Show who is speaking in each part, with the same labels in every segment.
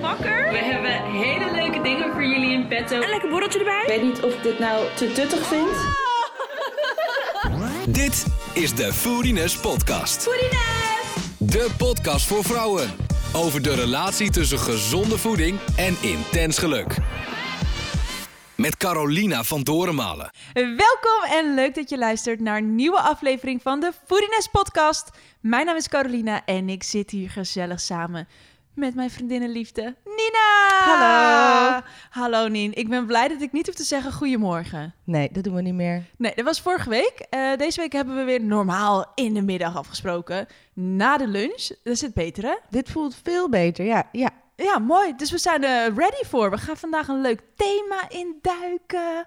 Speaker 1: wakker.
Speaker 2: We hebben hele leuke dingen voor jullie in petto.
Speaker 1: Een lekker borreltje erbij.
Speaker 2: Ik weet niet of ik dit nou te tuttig vind.
Speaker 3: Dit is de Foodiness Podcast. De podcast voor vrouwen. Over de relatie tussen gezonde voeding en intens geluk. Met Carolina van Dorenmalen.
Speaker 4: Welkom en leuk dat je luistert naar een nieuwe aflevering van de Foodiness Podcast. Mijn naam is Carolina en ik zit hier gezellig samen met mijn vriendinnenliefde Nina.
Speaker 5: Hallo.
Speaker 4: Hallo Nien, ik ben blij dat ik niet hoef te zeggen goedemorgen.
Speaker 5: Nee, dat doen we niet meer.
Speaker 4: Nee, dat was vorige week. Eh, deze week hebben we weer normaal in de middag afgesproken. Na de lunch, dat is het betere.
Speaker 5: Dit voelt veel beter. Ja, ja.
Speaker 4: Ja, mooi. Dus we zijn er ready voor. We gaan vandaag een leuk thema induiken.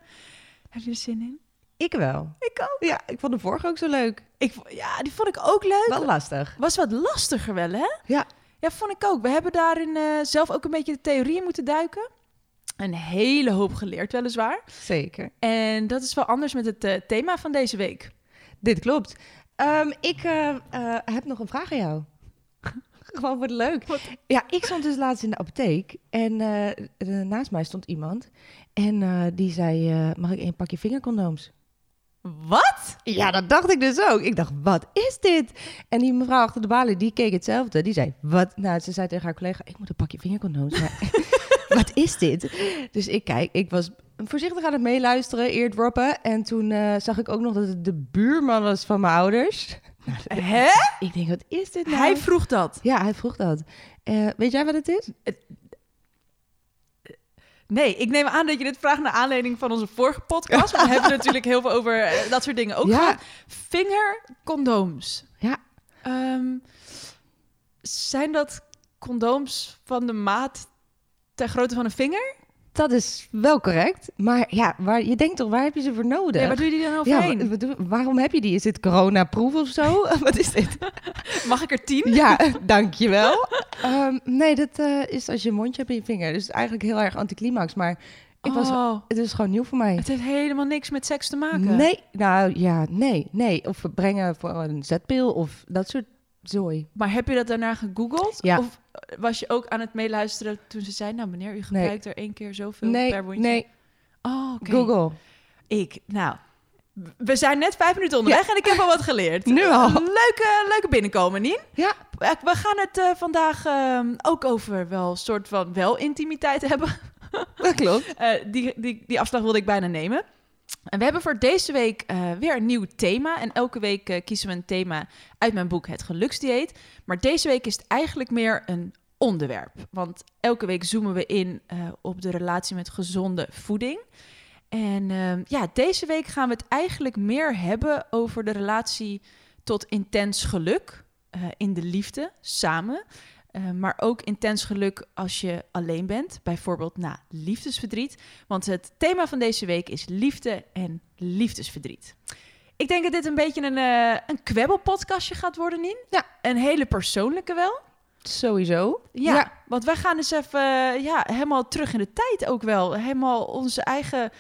Speaker 4: Heb je er zin in?
Speaker 5: ik wel.
Speaker 4: Ik ook.
Speaker 5: Ja, ik vond de vorige ook zo leuk.
Speaker 4: Ik, vo- ja, die vond ik ook leuk.
Speaker 5: Wel lastig.
Speaker 4: Was wat lastiger wel, hè?
Speaker 5: Ja.
Speaker 4: Ja, vond ik ook. We hebben daarin eh, zelf ook een beetje de theorieën moeten duiken. Een hele hoop geleerd, weliswaar.
Speaker 5: Zeker.
Speaker 4: En dat is wel anders met het eh, thema van deze week.
Speaker 5: Dit klopt. Ehm, ik eh, eh, heb nog een vraag aan jou. Gewoon wat leuk. Ja, ik stond dus laatst in de apotheek en eh, eh, naast mij stond iemand en eh, die zei, eh, mag ik een pakje vingercondooms?
Speaker 4: Wat?
Speaker 5: Ja, dat dacht ik dus ook. Ik dacht, wat is dit? En die mevrouw achter de balie, die keek hetzelfde. Die zei, wat? Nou, ze zei tegen haar collega, ik moet een pakje vingercondooms. Maar wat is dit? Dus ik kijk, ik was voorzichtig aan het meeluisteren, eardroppen. En toen eh, zag ik ook nog dat het de buurman was van mijn ouders.
Speaker 4: Hè?
Speaker 5: Ik denk, wat is dit nou?
Speaker 4: Hij vroeg dat.
Speaker 5: ja, hij vroeg dat. Eh, weet jij wat het is?
Speaker 4: Nee, ik neem aan dat je dit vraagt naar aanleiding van onze vorige podcast. Want we hebben natuurlijk heel veel over eh, dat soort dingen ook
Speaker 5: Ja.
Speaker 4: gehad. Vingercondooms.
Speaker 5: Ja.
Speaker 4: Ehm, zijn dat condooms van de maat ter grootte van een vinger?
Speaker 5: Dat is wel correct. Maar ja, waar, je denkt toch, waar heb je ze voor nodig?
Speaker 4: Ja, waar doe je die dan
Speaker 5: Ja,
Speaker 4: overheen?
Speaker 5: wa- wat doe- waarom heb je die? Is dit coronaproof of zo? wat is dit?
Speaker 4: Mag ik er tien?
Speaker 5: Ja, dankjewel. Ehm nee, dat eh, is als je een mondje hebt in je vinger. Dus eigenlijk heel erg anticlimax. Maar ik was,
Speaker 4: Oh,
Speaker 5: het is gewoon nieuw voor mij.
Speaker 4: het heeft helemaal niks met seks te maken.
Speaker 5: Nee, nou ja, nee, nee. Of we brengen voor een zetpil of dat soort zooi.
Speaker 4: Maar heb je dat daarna gegoogeld?
Speaker 5: Ja.
Speaker 4: Of eh, was je ook aan het meeluisteren toen ze zei... nou meneer, u gebruikt er één keer zoveel
Speaker 5: Nee,
Speaker 4: per wondje?
Speaker 5: nee,
Speaker 4: Oh, oké.
Speaker 5: Google.
Speaker 4: Ik, nou... We zijn net vijf minuten onderweg en ik heb al wat geleerd.
Speaker 5: Nu al.
Speaker 4: Leuke, leuke binnenkomen, Nien.
Speaker 5: Ja,
Speaker 4: We we gaan het eh, vandaag ehm, ook over wel een soort van wel intimiteit hebben.
Speaker 5: dat klopt.
Speaker 4: Eh, die, die, die afslag wilde ik bijna nemen. En we hebben voor deze week eh, weer een nieuw thema. En elke week eh, kiezen we een thema uit mijn boek Het Geluksdieet. Maar deze week is het eigenlijk meer een onderwerp. Want elke week zoomen we in eh, op de relatie met gezonde voeding. En ehm, ja, deze week gaan we het eigenlijk meer hebben over de relatie tot intens geluk. eh, in de liefde, samen. Eh, maar ook intens geluk als je alleen bent, bijvoorbeeld na liefdesverdriet. Want het thema van deze week is liefde en liefdesverdriet. Ik denk dat dit een beetje een, eh een kwebbelpodcastje gaat worden, Nien.
Speaker 5: Ja.
Speaker 4: Een hele persoonlijke wel.
Speaker 5: Sowieso.
Speaker 4: Ja, want wij gaan dus even eh, ja, helemaal terug in de tijd ook wel. Helemaal onze eigen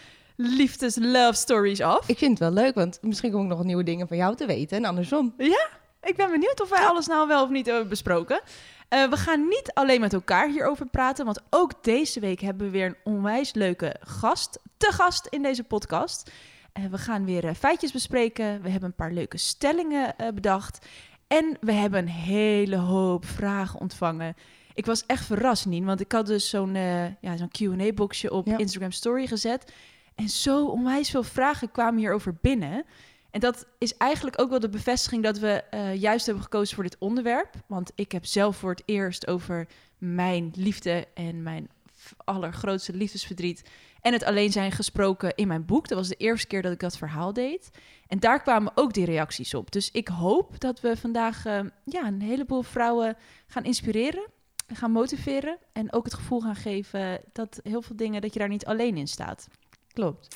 Speaker 4: liefdes-love stories af. Ik,
Speaker 5: Ik vind het wel leuk, want misschien kom ik nog nieuwe dingen van jou te weten en andersom.
Speaker 4: ben benieuwd of wij alles nou wel of niet hebben besproken. Eh, we gaan niet alleen met elkaar hierover praten, want ook deze week hebben we weer een onwijs leuke gast, te gast in deze podcast. Eh, we gaan weer eh, feitjes bespreken, we hebben een paar leuke stellingen eh, bedacht en we hebben een hele hoop vragen ontvangen. Ik was echt verrast, Nien, want ik had dus zo'n eh, ja, zo'n Q&A-boxje op
Speaker 5: Ja.
Speaker 4: Instagram Story gezet en zo onwijs veel vragen kwamen hierover binnen. En dat is eigenlijk ook wel de bevestiging dat we eh, juist hebben gekozen voor dit onderwerp. Want ik heb zelf voor het eerst over mijn liefde en mijn f- allergrootste liefdesverdriet en het alleen zijn gesproken in mijn boek. Dat was de eerste keer dat ik dat verhaal deed. En daar kwamen ook die reacties op. Dus ik hoop dat we vandaag eh, ja, een heleboel vrouwen gaan inspireren, en gaan motiveren en ook het gevoel gaan geven dat heel veel dingen, dat je daar niet alleen in staat.
Speaker 5: Klopt.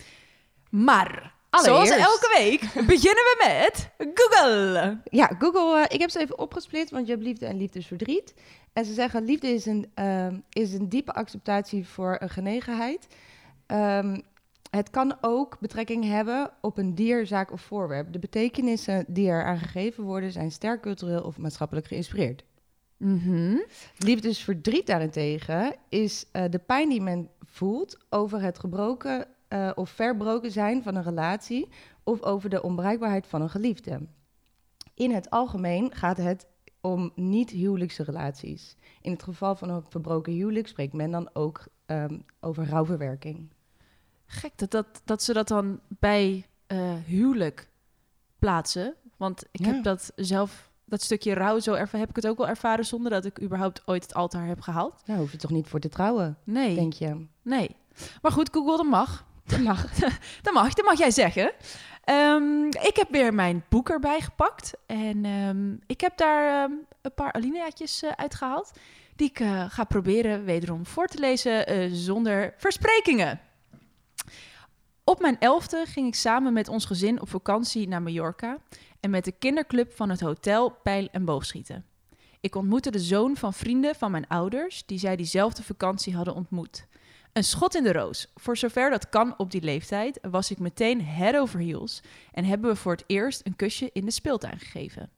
Speaker 4: Maar,
Speaker 5: Allereerst.
Speaker 4: zoals elke week, beginnen we met Google.
Speaker 5: Ja, Google, eh, ik heb ze even opgesplitst, want je hebt liefde en liefdesverdriet. En ze zeggen, liefde is een, ehm, is een diepe acceptatie voor een genegenheid. Ehm, het kan ook betrekking hebben op een dier, zaak of voorwerp. De betekenissen die er aan gegeven worden zijn sterk cultureel of maatschappelijk geïnspireerd.
Speaker 4: Mhm.
Speaker 5: Liefdesverdriet daarentegen is eh, de pijn die men voelt over het gebroken eh, of verbroken zijn van een relatie of over de onbereikbaarheid van een geliefde. In het algemeen gaat het om niet-huwelijkse relaties. In het geval van een verbroken huwelijk spreekt men dan ook ehm, over rouwverwerking.
Speaker 4: Gek dat, dat, dat ze dat dan bij eh, huwelijk plaatsen. Want ik
Speaker 5: Ja.
Speaker 4: heb dat zelf, dat stukje rouw, zo erva- heb ik het ook wel ervaren zonder dat ik überhaupt ooit het altaar heb gehaald.
Speaker 5: Nou, hoef je toch niet voor te trouwen,
Speaker 4: Nee,
Speaker 5: denk je?
Speaker 4: nee. Maar goed, Google, dat mag.
Speaker 5: Dat mag.
Speaker 4: Dat mag, dat mag jij zeggen. Ehm, ik heb weer mijn boek erbij gepakt. En ehm, ik heb daar ehm, een paar alineaatjes eh, uitgehaald. Die ik eh, ga proberen wederom voor te lezen eh, zonder versprekingen. Op mijn elfde ging ik samen met ons gezin op vakantie naar Mallorca. En met de kinderclub van het hotel pijl en boogschieten. Ik ontmoette de zoon van vrienden van mijn ouders, die zij diezelfde vakantie hadden ontmoet. Een schot in de roos. Voor zover dat kan op die leeftijd, was ik meteen head over heels en hebben we voor het eerst een kusje in de speeltuin gegeven.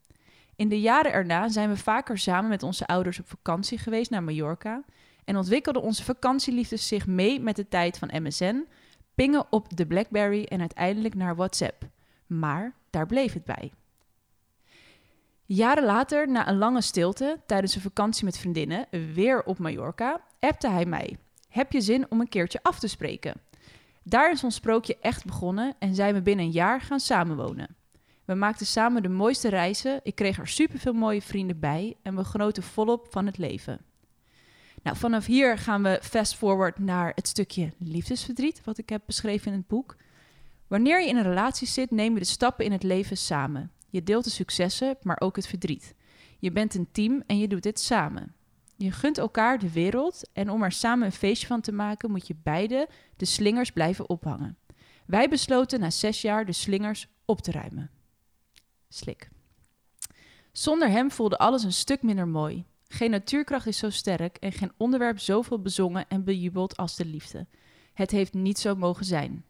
Speaker 4: In de jaren erna zijn we vaker samen met onze ouders op vakantie geweest naar Mallorca en ontwikkelden onze vakantieliefdes zich mee met de tijd van MSN, pingen op de Blackberry en uiteindelijk naar WhatsApp. Maar daar bleef het bij. Jaren later, na een lange stilte tijdens een vakantie met vriendinnen, weer op Mallorca, appte hij mij. Heb je zin om een keertje af te spreken? Daar is ons sprookje echt begonnen en zijn we binnen een jaar gaan samenwonen. We maakten samen de mooiste reizen, ik kreeg er superveel mooie vrienden bij en we genoten volop van het leven. Nou, vanaf hier gaan we fast forward naar het stukje liefdesverdriet, wat ik heb beschreven in het boek. Wanneer je in een relatie zit, neem je de stappen in het leven samen. Je deelt de successen, maar ook het verdriet. Je bent een team en je doet dit samen. Je gunt elkaar de wereld en om er samen een feestje van te maken, moet je beide de slingers blijven ophangen. Wij besloten na zes jaar de slingers op te ruimen. Slik. Zonder hem voelde alles een stuk minder mooi. Geen natuurkracht is zo sterk en geen onderwerp zoveel bezongen en bejubeld als de liefde. Het heeft niet zo mogen zijn.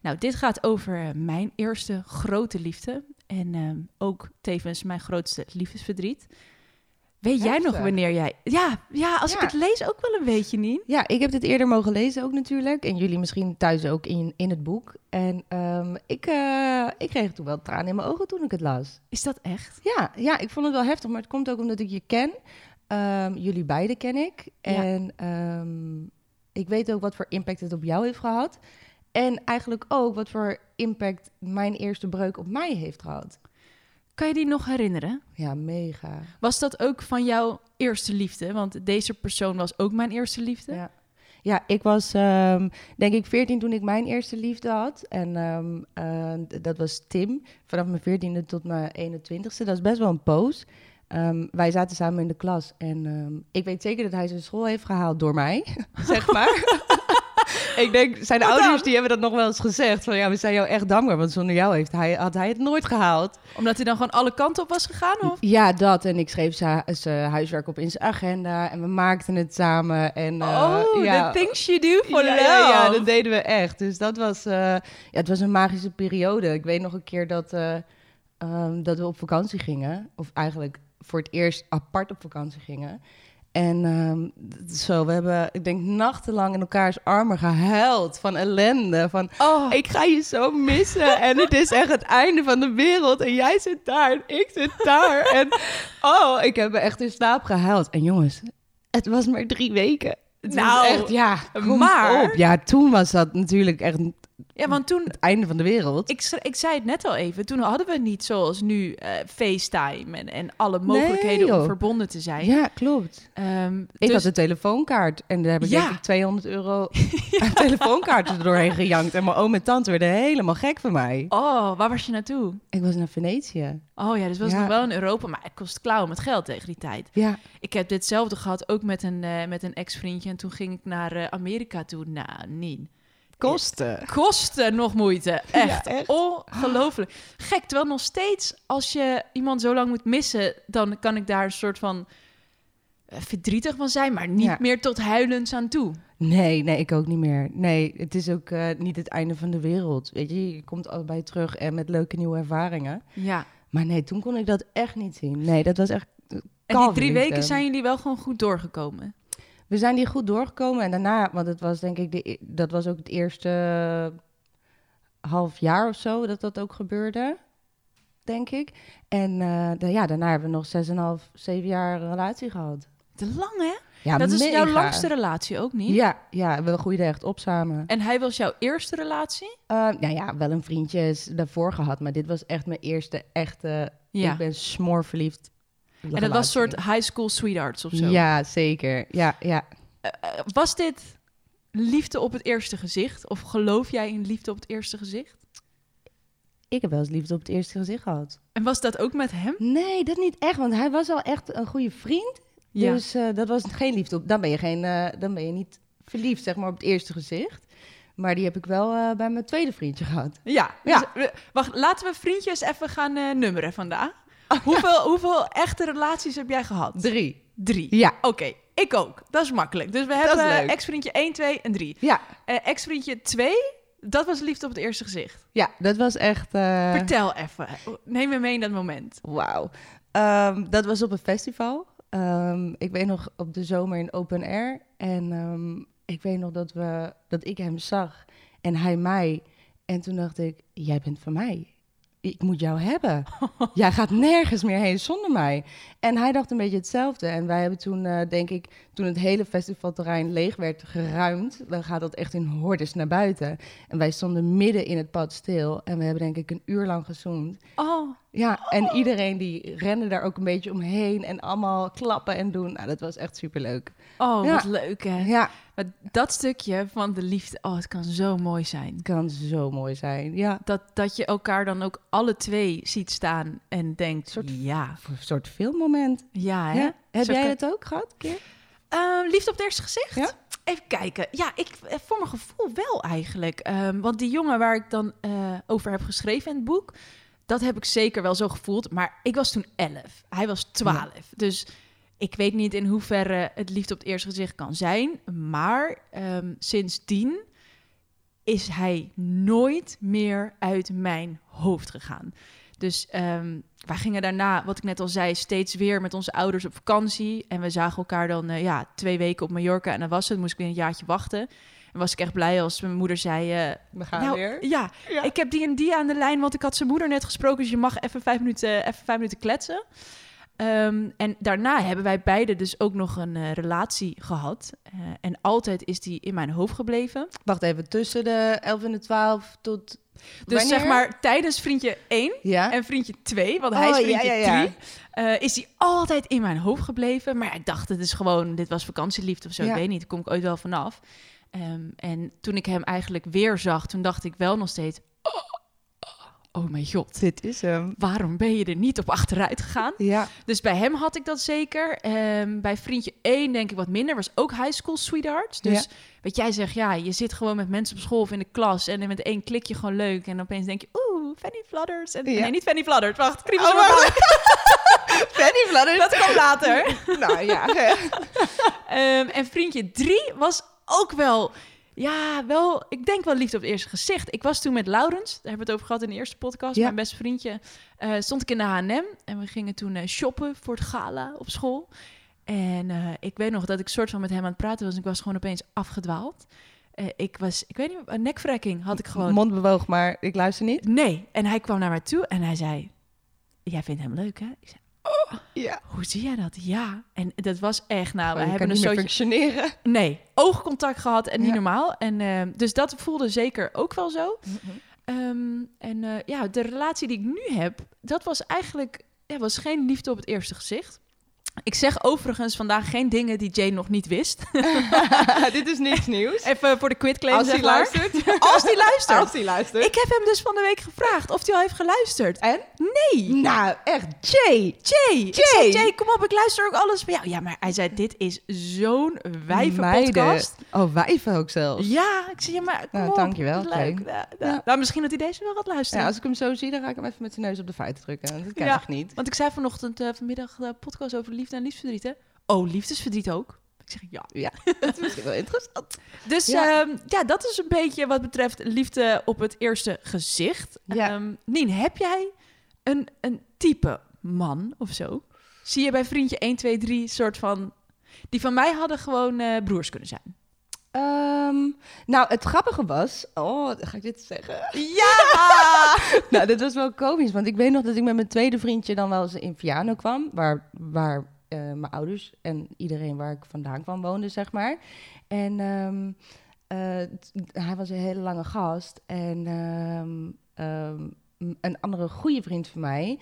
Speaker 4: Nou, dit gaat over eh, mijn eerste grote liefde. En ehm, ook tevens mijn grootste liefdesverdriet. Weet jij nog
Speaker 5: Heftig.
Speaker 4: wanneer jij. Ja, ja als ik
Speaker 5: Ja.
Speaker 4: het lees ook wel een beetje niet.
Speaker 5: Ja, ik heb dit eerder mogen lezen ook natuurlijk. En jullie misschien thuis ook in, in het boek. En ehm, ik, eh, ik kreeg toen wel tranen in mijn ogen toen ik het las.
Speaker 4: Is dat echt?
Speaker 5: Ja, ja, ik vond het wel heftig. Maar het komt ook omdat ik je ken. Ehm, jullie beiden ken ik.
Speaker 4: Ja.
Speaker 5: En ehm, ik weet ook wat voor impact het op jou heeft gehad. En eigenlijk ook wat voor impact mijn eerste breuk op mij heeft gehad.
Speaker 4: Kan je die nog herinneren?
Speaker 5: Ja, mega.
Speaker 4: Was dat ook van jouw eerste liefde? Want deze persoon was ook mijn eerste liefde.
Speaker 5: Ja. Ja, ik was ehm, denk ik 14 toen ik mijn eerste liefde had. En ehm, eh, d- dat was Tim. Vanaf mijn 14e tot mijn 21ste. Dat is best wel een poos. Ehm, wij zaten samen in de klas. En ehm, ik weet zeker dat hij zijn school heeft gehaald door mij, zeg maar. ik denk, zijn ouders die hebben dat nog wel eens gezegd. Van ja, we zijn jou echt dankbaar. Want zonder jou heeft hij, had hij het nooit gehaald.
Speaker 4: Omdat hij dan gewoon alle kanten op was gegaan? Of?
Speaker 5: Ja, dat. En ik schreef zijn zijn huiswerk op in zijn agenda. En we maakten het samen. En, eh,
Speaker 4: oh,
Speaker 5: ja,
Speaker 4: the things you do for
Speaker 5: ja,
Speaker 4: love.
Speaker 5: ja, ja, dat deden we echt. Dus dat was, eh, ja, het was een magische periode. Ik weet nog een keer dat, eh, ehm, dat we op vakantie gingen. Of eigenlijk voor het eerst apart op vakantie gingen. En ehm, d- zo, we hebben, ik denk, nachtenlang in elkaars armen gehuild van ellende. Van,
Speaker 4: Oh,
Speaker 5: ik ga je zo missen en het is echt het einde van de wereld. En jij zit daar en ik zit daar. En oh, ik heb me echt in slaap gehuild. En jongens, het was maar drie weken. Het was
Speaker 4: Nou,
Speaker 5: echt, ja, kom
Speaker 4: maar-
Speaker 5: op. Ja, toen was dat natuurlijk echt het
Speaker 4: ja, want toen...
Speaker 5: einde van de wereld.
Speaker 4: Ik, schre- ik zei het net al even, toen hadden we niet zoals nu eh, FaceTime en, en alle mogelijkheden om
Speaker 5: joh.
Speaker 4: verbonden te zijn.
Speaker 5: Ja, klopt.
Speaker 4: Ehm,
Speaker 5: Ik
Speaker 4: dus-
Speaker 5: had een telefoonkaart en daar heb ik
Speaker 4: Ja.
Speaker 5: denk ik 200 euro aan telefoonkaarten er doorheen gejankt. En mijn oom en tante werden helemaal gek van mij.
Speaker 4: Oh, waar was je naartoe?
Speaker 5: Ik was naar Venetië.
Speaker 4: Oh ja, dus was
Speaker 5: Ja.
Speaker 4: nog wel in Europa, maar het kost klauwen met geld tegen die tijd.
Speaker 5: Ja,
Speaker 4: Ik heb ditzelfde gehad, ook met een, eh, met een ex-vriendje. En toen ging ik naar eh, Amerika toe. Nou, niet.
Speaker 5: kosten.
Speaker 4: Kostte nog moeite. Echt.
Speaker 5: Ja, echt.
Speaker 4: Ongelooflijk. Gek, terwijl nog steeds, als je iemand zo lang moet missen... dan kan ik daar een soort van eh, verdrietig van zijn... maar niet
Speaker 5: Ja.
Speaker 4: meer tot huilens aan toe.
Speaker 5: Nee, nee, ik ook niet meer. Nee, het is ook eh, niet het einde van de wereld. Weet je, je komt allebei terug en met leuke nieuwe ervaringen.
Speaker 4: Ja.
Speaker 5: Maar nee, toen kon ik dat echt niet zien. Nee, dat was echt eh,
Speaker 4: En die drie
Speaker 5: Calvinliefde.
Speaker 4: weken zijn jullie wel gewoon goed doorgekomen.
Speaker 5: We zijn hier goed doorgekomen en daarna, want het was denk ik, de, e- dat was ook het eerste eh, half jaar of zo dat dat ook gebeurde, denk ik. En eh, da- ja, daarna hebben we nog zes en een half, zeven jaar een relatie gehad.
Speaker 4: Te lang, hè?
Speaker 5: Ja,
Speaker 4: dat is
Speaker 5: mega.
Speaker 4: jouw langste relatie ook niet.
Speaker 5: Ja, ja, we groeiden echt op samen.
Speaker 4: En hij was jouw eerste relatie?
Speaker 5: Eh, nou ja, wel een vriendje is daarvoor gehad, maar dit was echt mijn eerste echte,
Speaker 4: Ja.
Speaker 5: ik ben smoorverliefd.
Speaker 4: en dat was een soort high school sweethearts of zo.
Speaker 5: Ja, zeker. Ja, ja.
Speaker 4: Eh, Was dit liefde op het eerste gezicht? Of geloof jij in liefde op het eerste gezicht?
Speaker 5: Ik heb wel eens liefde op het eerste gezicht gehad.
Speaker 4: En was dat ook met hem?
Speaker 5: Nee, dat niet echt, want hij was al echt een goede vriend.
Speaker 4: Ja.
Speaker 5: Dus eh, dat was geen liefde. Op, dan, ben je geen, eh, dan ben je niet verliefd, zeg maar, op het eerste gezicht. Maar die heb ik wel eh, bij mijn tweede vriendje gehad.
Speaker 4: Ja.
Speaker 5: Ja.
Speaker 4: Dus, eh, wacht, laten we vriendjes even gaan eh, nummeren vandaag.
Speaker 5: Oh,
Speaker 4: hoeveel, hoeveel echte relaties heb jij gehad?
Speaker 5: Drie.
Speaker 4: Drie.
Speaker 5: Ja.
Speaker 4: Oké, ik ook. Dat is makkelijk. Dus we
Speaker 5: is
Speaker 4: hebben eh,
Speaker 5: leuk.
Speaker 4: ex-vriendje 1, 2 en 3.
Speaker 5: Ja,
Speaker 4: Eh ex-vriendje 2, dat was liefde op het eerste gezicht.
Speaker 5: ja dat was echt... eh,
Speaker 4: Vertel even. Neem me mee in dat moment.
Speaker 5: Wauw. Ehm, dat was op een festival. Ehm, ik weet nog op de zomer in open air. En ehm, ik weet nog dat, we, dat ik hem zag en hij mij. En toen dacht ik, jij bent van mij. Ik moet jou hebben. Jij gaat nergens meer heen zonder mij. En hij dacht een beetje hetzelfde. En wij hebben toen, eh, denk ik, toen het hele festivalterrein leeg werd geruimd, dan gaat dat echt in hordes naar buiten. En wij stonden midden in het pad stil. En we hebben denk ik een uur lang gezoend.
Speaker 4: Oh,
Speaker 5: Ja, en iedereen die rende daar ook een beetje omheen en allemaal klappen en doen. Nou, dat was echt superleuk.
Speaker 4: oh
Speaker 5: Ja.
Speaker 4: wat leuk hè.
Speaker 5: Ja,
Speaker 4: Maar dat stukje van de liefde, oh, het kan zo mooi zijn.
Speaker 5: het kan zo mooi zijn. Ja, een
Speaker 4: Dat, dat je elkaar dan ook alle twee ziet staan en denkt,
Speaker 5: Soort-
Speaker 4: ja,
Speaker 5: soort- soort filmmoment.
Speaker 4: ja hè.
Speaker 5: Ja. Heb
Speaker 4: Zo
Speaker 5: jij
Speaker 4: kan-
Speaker 5: dat ook gehad, een keer?
Speaker 4: Ehm, liefde op het eerste gezicht?
Speaker 5: Ja?
Speaker 4: Even kijken. Ja, ik, eh, voor mijn gevoel wel eigenlijk. Ehm, want die jongen waar ik dan eh, over heb geschreven in het boek... dat heb ik zeker wel zo gevoeld. Maar ik was toen 11. Hij was 12. Dus ik weet niet in hoeverre het liefde op het eerste gezicht kan zijn. Maar ehm, sindsdien is hij nooit meer uit mijn hoofd gegaan. Dus ehm, wij gingen daarna, wat ik net al zei, steeds weer met onze ouders op vakantie. En we zagen elkaar dan eh, ja, twee weken op Mallorca. En dan was het, moest ik weer een jaartje wachten. En was ik echt blij als mijn moeder zei... eh,
Speaker 5: We gaan
Speaker 4: nou, Ja,
Speaker 5: Ja.
Speaker 4: ik heb die en die aan de lijn, want ik had zijn moeder net gesproken. Dus je mag even vijf minuten, eh, even vijf minuten kletsen. Ehm, en daarna hebben wij beiden dus ook nog een eh, relatie gehad. Eh, en altijd is die in mijn hoofd gebleven.
Speaker 5: Wacht even, tussen de 11 en de 12 tot...
Speaker 4: Dus
Speaker 5: Wanneer?
Speaker 4: zeg maar tijdens vriendje 1
Speaker 5: Ja?
Speaker 4: en vriendje 2, want hij is
Speaker 5: Oh, ja,
Speaker 4: vriendje
Speaker 5: ja, ja.
Speaker 4: 3, eh, is hij altijd in mijn hoofd gebleven. Maar ja, ik dacht, het is gewoon, dit was vakantieliefde of zo,
Speaker 5: Ja.
Speaker 4: ik weet niet, daar kom ik ooit wel vanaf. Ehm, en toen ik hem eigenlijk weer zag, toen dacht ik wel nog steeds, oh, oh mijn god,
Speaker 5: Dit is hem.
Speaker 4: waarom ben je er niet op achteruit gegaan?
Speaker 5: Ja.
Speaker 4: Dus bij hem had ik dat zeker. Ehm, bij vriendje 1 denk ik wat minder. Was ook high school sweetheart. Dus wat jij zegt, ja, je zit gewoon met mensen op school of in de klas. En met één klikje gewoon leuk. En opeens denk je, oeh, Fanny Fludders. En,
Speaker 5: Ja.
Speaker 4: Nee, niet Fanny Fludders. Wacht, kriebels
Speaker 5: Oh,
Speaker 4: op mijn
Speaker 5: wacht. Fanny Vlaanderen.
Speaker 4: hand. Dat komt later.
Speaker 5: Nou ja.
Speaker 4: Ehm, en vriendje 3 was ook wel... Ja, wel, ik denk wel liefde op het eerste gezicht. Ik was toen met Laurens, daar hebben we het over gehad in de eerste podcast,
Speaker 5: Ja.
Speaker 4: mijn beste vriendje. eh, stond ik in de H&M en we gingen toen eh, shoppen voor het gala op school. En eh, ik weet nog dat ik soort van met hem aan het praten was en ik was gewoon opeens afgedwaald. Eh, ik was, ik weet niet, een nekverrekking had ik gewoon.
Speaker 5: Mond bewoog, maar ik luister
Speaker 4: Nou,
Speaker 5: niet.
Speaker 4: nee, en hij kwam naar mij toe en hij zei, jij vindt hem leuk hè? Ik zei, "Oh,
Speaker 5: Ja.
Speaker 4: hoe zie jij dat? Ja. En dat was echt, nou, we
Speaker 5: Oh, je kan
Speaker 4: hebben een
Speaker 5: niet meer
Speaker 4: soortje...
Speaker 5: functioneren.
Speaker 4: Nee, oogcontact gehad en niet
Speaker 5: Ja.
Speaker 4: normaal. En, eh, dus dat voelde zeker ook wel zo. Ehm, en eh, ja, de relatie die ik nu heb, dat was eigenlijk ja, was geen liefde op het eerste gezicht. Ik zeg overigens vandaag geen dingen die Jane nog niet wist.
Speaker 5: Dit is niks nieuws.
Speaker 4: Even eh, voor de quitclaim,
Speaker 5: Als
Speaker 4: zeg
Speaker 5: hij
Speaker 4: maar.
Speaker 5: luistert.
Speaker 4: Als die luistert.
Speaker 5: Als hij luistert.
Speaker 4: Ik heb hem dus van de week gevraagd of hij al heeft geluisterd.
Speaker 5: En?
Speaker 4: Nee.
Speaker 5: Nou, echt, Jay.
Speaker 4: Jay. Ik
Speaker 5: Jay.
Speaker 4: zei, Jay, kom op, ik luister ook alles van jou. Ja, maar hij zei, dit is zo'n wijvenpodcast.
Speaker 5: Meiden. Oh, wijven ook zelfs.
Speaker 4: Ja, ik zie je maar. Kom
Speaker 5: Nou,
Speaker 4: op,
Speaker 5: dankjewel,
Speaker 4: Leuk.
Speaker 5: Kane.
Speaker 4: Ja, nou,
Speaker 5: Ja.
Speaker 4: nou, misschien dat hij deze wel gaat luisteren.
Speaker 5: Ja, als ik hem zo zie, dan ga ik hem even met zijn neus op de feiten drukken. want Dat kan
Speaker 4: Ja.
Speaker 5: echt niet.
Speaker 4: Want ik zei vanochtend, eh, vanmiddag, de podcast over liefde en liefdesverdriet. Hè? Oh, liefdesverdriet ook. Ik zeg ja.
Speaker 5: Ja, dat is misschien wel interessant.
Speaker 4: Dus ja.
Speaker 5: Ja.
Speaker 4: ja, dat is een beetje wat betreft liefde op het eerste gezicht.
Speaker 5: Ja.
Speaker 4: Ehm, Nien, heb jij een, een type man of zo? zie je bij vriendje 1, 2, 3 soort van... Die van mij hadden gewoon eh, broers kunnen zijn.
Speaker 5: Ehm, nou, het grappige was... Oh, ga ik dit zeggen?
Speaker 4: Ja!
Speaker 5: nou, dit was wel komisch. Want ik weet nog dat ik met mijn tweede vriendje dan wel eens in Viano kwam. Waar, waar eh, mijn ouders en iedereen waar ik vandaan kwam woonde, zeg maar. En ehm, eh, t- hij was een hele lange gast. En ehm, ehm, m- een andere goede vriend van mij...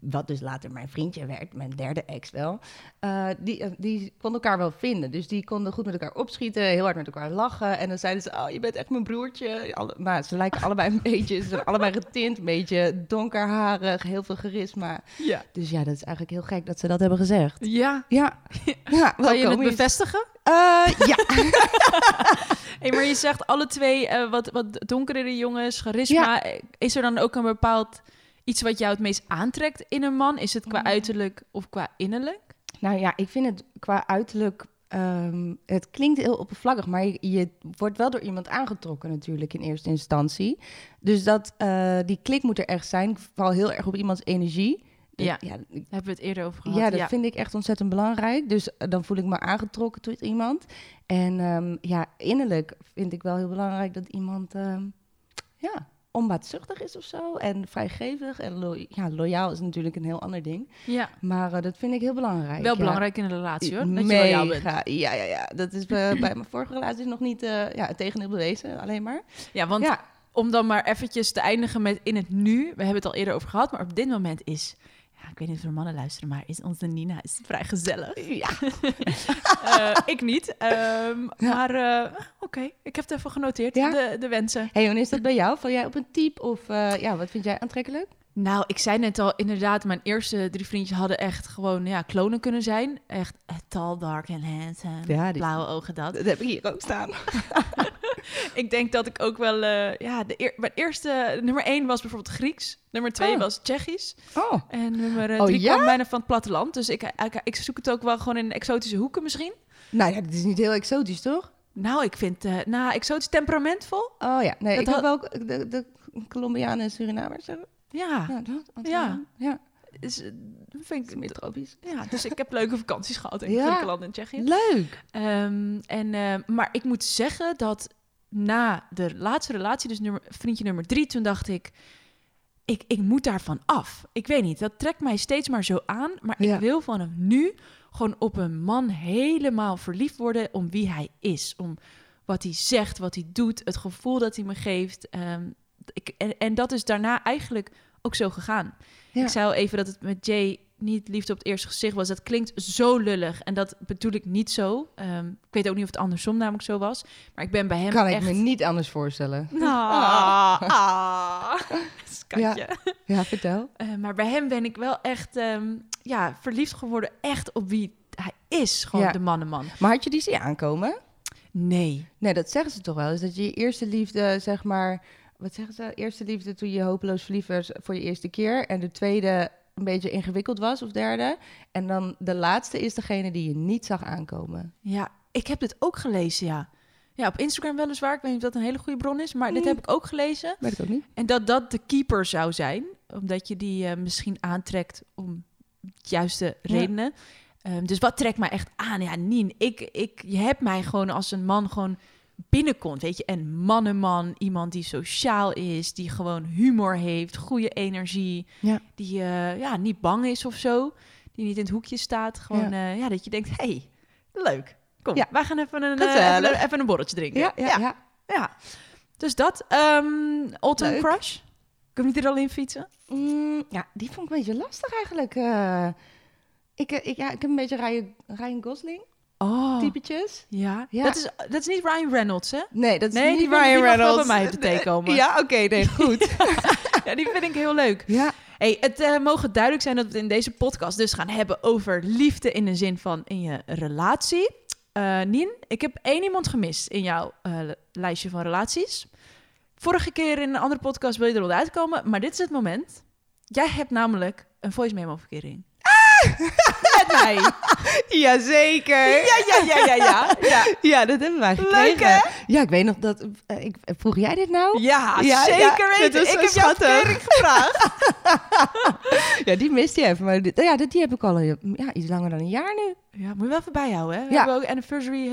Speaker 5: Wat dus later mijn vriendje werd, mijn derde ex wel. eh, die, eh, die konden elkaar wel vinden. Dus die konden goed met elkaar opschieten, heel hard met elkaar lachen. En dan zeiden ze, oh, je bent echt mijn broertje. Alle- maar ze lijken allebei een beetje, ze zijn allebei getint, een beetje donkerharig, heel veel charisma.
Speaker 4: Ja.
Speaker 5: Dus ja, dat is eigenlijk heel gek dat ze dat hebben gezegd.
Speaker 4: Ja.
Speaker 5: Ja, ja wel
Speaker 4: Wil je het
Speaker 5: komisch.
Speaker 4: bevestigen?
Speaker 5: Eh, ja,
Speaker 4: Hey, maar je zegt alle twee eh, wat, wat donkerdere jongens, charisma. Eh, Is er dan ook een bepaald iets wat jou het meest aantrekt in een man? Is het
Speaker 5: Oh,
Speaker 4: qua uiterlijk of qua innerlijk?
Speaker 5: Nou ja, ik vind het qua uiterlijk. ehm, het klinkt heel oppervlakkig, maar je, je wordt wel door iemand aangetrokken natuurlijk in eerste instantie. Dus dat, eh, die klik moet er echt zijn. Ik val heel erg op iemands energie.
Speaker 4: Ja.
Speaker 5: ja, ik-
Speaker 4: Daar hebben we het eerder over gehad.
Speaker 5: ja, dat vind ik echt ontzettend belangrijk. Dus eh, dan voel ik me aangetrokken tot iemand. En ehm, ja, innerlijk vind ik wel heel belangrijk dat iemand ehm, ja, onbaatzuchtig is of zo. En vrijgevig en lo- ja, loyaal is natuurlijk een heel ander ding.
Speaker 4: Ja.
Speaker 5: Maar eh, dat vind ik heel belangrijk.
Speaker 4: Wel
Speaker 5: ja.
Speaker 4: belangrijk in een relatie hoor. Dat je
Speaker 5: Mega.
Speaker 4: loyaal bent.
Speaker 5: Ja, ja, ja. Dat is eh, bij, bij mijn vorige relatie nog niet eh, ja, het tegendeel bewezen, alleen maar.
Speaker 4: Ja, want
Speaker 5: Ja.
Speaker 4: om dan maar eventjes te eindigen met in het nu. We hebben het al eerder over gehad, maar op dit moment is... Ja, ik weet niet of er mannen luisteren, maar is onze Nina is vrij gezellig.
Speaker 5: Ja.
Speaker 4: Eh, ik niet. Ehm, Maar eh, oké, ik heb het even genoteerd,
Speaker 5: Ja.
Speaker 4: de, de wensen.
Speaker 5: hey, en is dat bij jou? Val jij op een type of eh, ja, wat vind jij aantrekkelijk?
Speaker 4: Nou, ik zei net al, inderdaad, mijn eerste drie vriendjes hadden echt gewoon ja, klonen kunnen zijn. Echt eh, tall, dark en handsome,
Speaker 5: Ja, die-
Speaker 4: blauwe ogen dat.
Speaker 5: Dat heb ik hier ook staan.
Speaker 4: Ik denk dat ik ook wel, eh, ja, de eer- mijn eerste, nummer één was bijvoorbeeld Grieks. Nummer twee
Speaker 5: Oh.
Speaker 4: was Tsjechisch.
Speaker 5: Oh,
Speaker 4: En nummer eh,
Speaker 5: Oh,
Speaker 4: drie
Speaker 5: ja?
Speaker 4: kwam bijna van het platteland. Dus ik, ik, ik zoek het ook wel gewoon in exotische hoeken misschien.
Speaker 5: nou ja, dat is niet heel exotisch, toch?
Speaker 4: Nou, ik vind, eh nou, exotisch temperamentvol.
Speaker 5: Oh ja, nee,
Speaker 4: Dat had-
Speaker 5: ik heb wel ook de, de Colombianen en Surinamers. zeggen.
Speaker 4: Ja,
Speaker 5: Ja, dat, want-
Speaker 4: Ja.
Speaker 5: ja.
Speaker 4: dus, eh,
Speaker 5: Het
Speaker 4: vind
Speaker 5: is meer
Speaker 4: ik...
Speaker 5: tropisch.
Speaker 4: Ja, dus ik heb leuke vakanties gehad in
Speaker 5: Ja.
Speaker 4: Griekenland en Tsjechië.
Speaker 5: Leuk.
Speaker 4: Ehm, en, eh, maar ik moet zeggen dat na de laatste relatie, dus nummer, vriendje nummer drie, toen dacht ik, ik, ik moet daarvan af. Ik weet niet, dat trekt mij steeds maar zo aan. Maar
Speaker 5: Ja.
Speaker 4: ik wil vanaf nu gewoon op een man helemaal verliefd worden om wie hij is. Om wat hij zegt, wat hij doet, het gevoel dat hij me geeft. Ehm, ik, en, en dat is daarna eigenlijk ook zo gegaan.
Speaker 5: Ja.
Speaker 4: Ik zei al even dat het met Jay niet liefde op het eerste gezicht was. Dat klinkt zo lullig. En dat bedoel ik niet zo. Ehm, ik weet ook niet of het andersom namelijk zo was. Maar ik ben bij hem
Speaker 5: Kan ik
Speaker 4: echt...
Speaker 5: me niet anders voorstellen.
Speaker 4: Ah, ah. Schatje.
Speaker 5: Ja, vertel.
Speaker 4: Eh, maar bij hem ben ik wel echt ehm, ja, verliefd geworden. Echt op wie hij is. Gewoon
Speaker 5: Ja.
Speaker 4: de mannenman.
Speaker 5: Maar had je die zien aankomen?
Speaker 4: Nee.
Speaker 5: Nee, dat zeggen ze toch wel. Is dat je je eerste liefde, zeg maar... Wat zeggen ze? Eerste liefde toen je hopeloos verliefd was voor je eerste keer. En de tweede een beetje ingewikkeld was, of derde. En dan de laatste is degene die je niet zag aankomen.
Speaker 4: Ja, ik heb dit ook gelezen, ja. Ja, op Instagram weliswaar. Ik weet niet of dat een hele goede bron is. Maar dit heb ik ook gelezen.
Speaker 5: Weet ik ook niet.
Speaker 4: En dat dat de keeper zou zijn, omdat je die eh, misschien aantrekt om de juiste
Speaker 5: Ja.
Speaker 4: redenen. Ehm, dus wat trekt mij echt aan? Ja, Nien, ik, ik, je hebt mij gewoon als een man gewoon binnenkomt, weet je. En mannenman, iemand die sociaal is, die gewoon humor heeft, goede energie,
Speaker 5: Ja.
Speaker 4: die eh, ja, niet bang is of zo, die niet in het hoekje staat. Gewoon eh, ja, dat je denkt, hey, leuk, kom,
Speaker 5: Ja.
Speaker 4: wij gaan even een, eh,
Speaker 5: Gezellig.
Speaker 4: even, even een borreltje drinken.
Speaker 5: Ja, ja, ja.
Speaker 4: Ja, dus dat. ehm Autumn
Speaker 5: Leuk.
Speaker 4: Crush. Kunnen we er al in fietsen?
Speaker 5: Mm, ja, die vond ik een beetje lastig eigenlijk. eh. ik, eh, ik, ja, ik heb een beetje Ryan, Ryan Gosling
Speaker 4: Oh,
Speaker 5: typetjes.
Speaker 4: ja.
Speaker 5: Ja.
Speaker 4: Dat, is, dat is niet Ryan Reynolds, hè?
Speaker 5: Nee, dat is
Speaker 4: Nee,
Speaker 5: niet
Speaker 4: die mag-
Speaker 5: Ryan
Speaker 4: die mag wel
Speaker 5: Reynolds.
Speaker 4: bij mij op de thee komen.
Speaker 5: Ja, oké, nee, goed.
Speaker 4: Ja, die vind ik heel leuk.
Speaker 5: ja.
Speaker 4: Hey, het eh, mogen duidelijk zijn dat we het in deze podcast dus gaan hebben over liefde in de zin van in je relatie. Eh, Nien, ik heb één iemand gemist in jouw eh, lijstje van relaties. Vorige keer in een andere podcast wil je er wel uitkomen, maar dit is het moment. Jij hebt namelijk een voice memo verkering. Ah! Met mij.
Speaker 5: Jazeker.
Speaker 4: Ja, ja, ja, ja, ja. ja.
Speaker 5: Ja, dat hebben wij
Speaker 4: Leuk,
Speaker 5: gekregen.
Speaker 4: hè?
Speaker 5: Ja, ik weet nog dat... eh, ik, vroeg jij dit nou?
Speaker 4: Ja,
Speaker 5: Ja,
Speaker 4: zeker
Speaker 5: ja, dit
Speaker 4: weten. Ik
Speaker 5: was zo
Speaker 4: heb jouw
Speaker 5: schattig.
Speaker 4: verkering gevraagd.
Speaker 5: Ja, die mist je even. Maar dit- ja, dit- die heb ik al een- ja, iets langer dan een jaar nu.
Speaker 4: Ja, moet je wel even bijhouden, hè? We
Speaker 5: Ja.
Speaker 4: hebben ook anniversary. eh.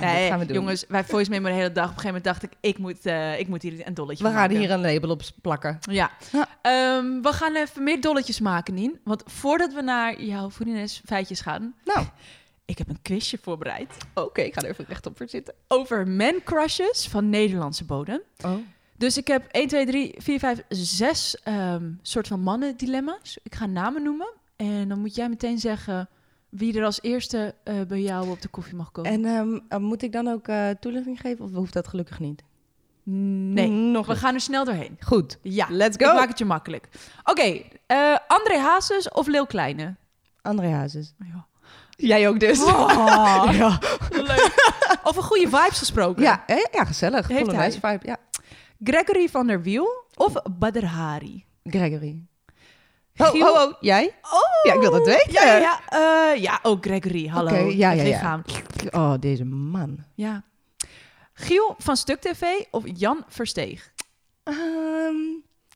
Speaker 4: nee,
Speaker 5: gaan we doen.
Speaker 4: jongens, wij voice memo de hele dag. Op een gegeven moment dacht ik, ik moet, eh, ik moet hier een dolletje
Speaker 5: We
Speaker 4: van
Speaker 5: gaan
Speaker 4: maken.
Speaker 5: hier een label op plakken.
Speaker 4: Ja.
Speaker 5: Ja.
Speaker 4: Ehm, we gaan even meer dolletjes maken, Nien. Want voordat we naar jouw voedines feitjes gaan...
Speaker 5: Nou.
Speaker 4: Ik heb een quizje voorbereid
Speaker 5: Oké, ik ga er even rechtop voor zitten.
Speaker 4: over mancrushes van Nederlandse bodem.
Speaker 5: Oh.
Speaker 4: Dus ik heb 1, 2, 3, 4, 5, 6 ehm soort van mannen-dilemma's. Ik ga namen noemen. En dan moet jij meteen zeggen wie er als eerste eh, bij jou op de koffie mag komen.
Speaker 5: En ehm, eh, moet ik dan ook eh, toelichting geven of hoeft dat gelukkig niet?
Speaker 4: Nee,
Speaker 5: Nog
Speaker 4: we
Speaker 5: niet.
Speaker 4: gaan er snel doorheen.
Speaker 5: Goed.
Speaker 4: Ja,
Speaker 5: Mm. Let's
Speaker 4: ik
Speaker 5: go.
Speaker 4: maak het je makkelijk. Oké, eh, André Hazes of Leeuw Kleine?
Speaker 5: André Hazes.
Speaker 4: Ja.
Speaker 5: Jij ook dus.
Speaker 4: ja. Leuk. Over goede vibes gesproken.
Speaker 5: Ja, hè? ja, gezellig.
Speaker 4: Heeft
Speaker 5: Polonaise vibe. Ja.
Speaker 4: Gregory van der Wiel of Badr Hari?
Speaker 5: Gregory. Oh,
Speaker 4: Giel-
Speaker 5: oh, oh, jij?
Speaker 4: Oh.
Speaker 5: Ja, ik wil dat weten.
Speaker 4: Ja, ja, ja. Eh, ja ook Gregory. Hallo.
Speaker 5: Oké, ja,
Speaker 4: Het
Speaker 5: ja, ja.
Speaker 4: lichaam.
Speaker 5: Oh, deze man.
Speaker 4: Ja. Giel van Stuk TV of Jan Versteeg?
Speaker 5: Ehm,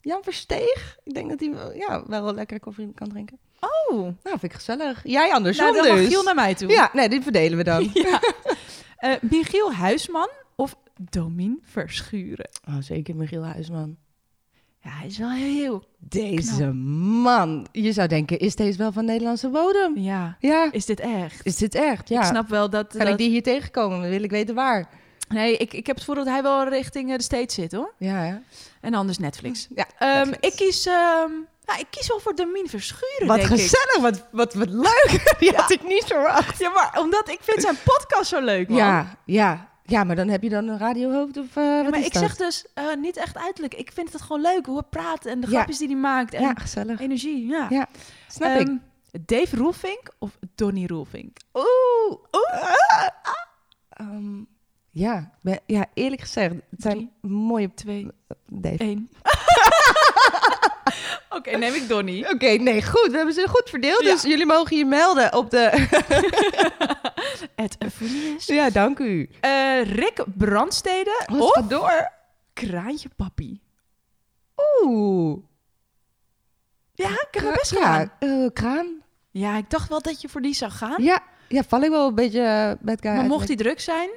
Speaker 5: Jan Versteeg. Ik denk dat hij wel, ja, wel wel lekker koffie kan drinken.
Speaker 4: Oh. Nou,
Speaker 5: Nou, vind ik gezellig. Jij andersom
Speaker 4: dan mag
Speaker 5: dus.
Speaker 4: Giel naar mij toe.
Speaker 5: Ja, nee, dit verdelen we dan.
Speaker 4: Ja. Eh, Michiel Huisman of Domien Verschuren?
Speaker 5: Oh, zeker Michiel Huisman.
Speaker 4: Ja, hij is wel heel...
Speaker 5: Deze man. Je zou denken, is deze wel van Nederlandse bodem?
Speaker 4: Ja.
Speaker 5: Ja.
Speaker 4: Is dit echt?
Speaker 5: Is dit echt? Ja.
Speaker 4: Ik snap wel dat...
Speaker 5: Kan ik
Speaker 4: dat-
Speaker 5: die hier tegenkomen? Dan wil ik weten waar.
Speaker 4: Nee, ik, ik heb het voordeel dat hij wel richting eh, de States zit, hoor.
Speaker 5: Ja, hè?
Speaker 4: En anders Netflix.
Speaker 5: ja.
Speaker 4: Ehm,
Speaker 5: Netflix.
Speaker 4: ik, kies, ehm, nou, ik kies wel voor Damien Verschuren,
Speaker 5: Wat
Speaker 4: denk
Speaker 5: gezellig, wat, wat, wat leuk. Die had ik niet verwacht.
Speaker 4: ik. Ja, maar omdat ik vind zijn podcast zo leuk, man.
Speaker 5: Ja, ja. Ja, maar dan heb je dan een radiohoofd of eh,
Speaker 4: Ja,
Speaker 5: wat
Speaker 4: maar
Speaker 5: is
Speaker 4: ik
Speaker 5: dat?
Speaker 4: zeg dus eh, niet echt uiterlijk. Ik vind het gewoon leuk hoe hij praat en de
Speaker 5: Ja.
Speaker 4: grapjes die hij maakt. En
Speaker 5: Ja, gezellig.
Speaker 4: energie, ja.
Speaker 5: Ja, Snap ik.
Speaker 4: Ehm, Dave Roelvink of Donny Roelvink?
Speaker 5: Oeh. ah, ah. Ehm, ja, ben- ja, eerlijk gezegd, het zijn mooie...
Speaker 4: Twee,
Speaker 5: Dave.
Speaker 4: één. Oké, neem ik Donny.
Speaker 5: Oké, nee, goed. We hebben ze goed verdeeld,
Speaker 4: Ja.
Speaker 5: dus jullie mogen je melden op de...
Speaker 4: Het Affilius.
Speaker 5: ja, dank u.
Speaker 4: Eh Rick Brandstede
Speaker 5: Wat
Speaker 4: of
Speaker 5: gaat Eh, door?
Speaker 4: Kraantje Papi.
Speaker 5: Oeh.
Speaker 4: Ja, ik heb best gedaan.
Speaker 5: ja, eh, kraan.
Speaker 4: Ja, ik dacht wel dat je voor die zou gaan.
Speaker 5: Ja, ja, val ik wel een beetje eh, bad guy
Speaker 4: maar
Speaker 5: uit,
Speaker 4: mocht hij druk zijn,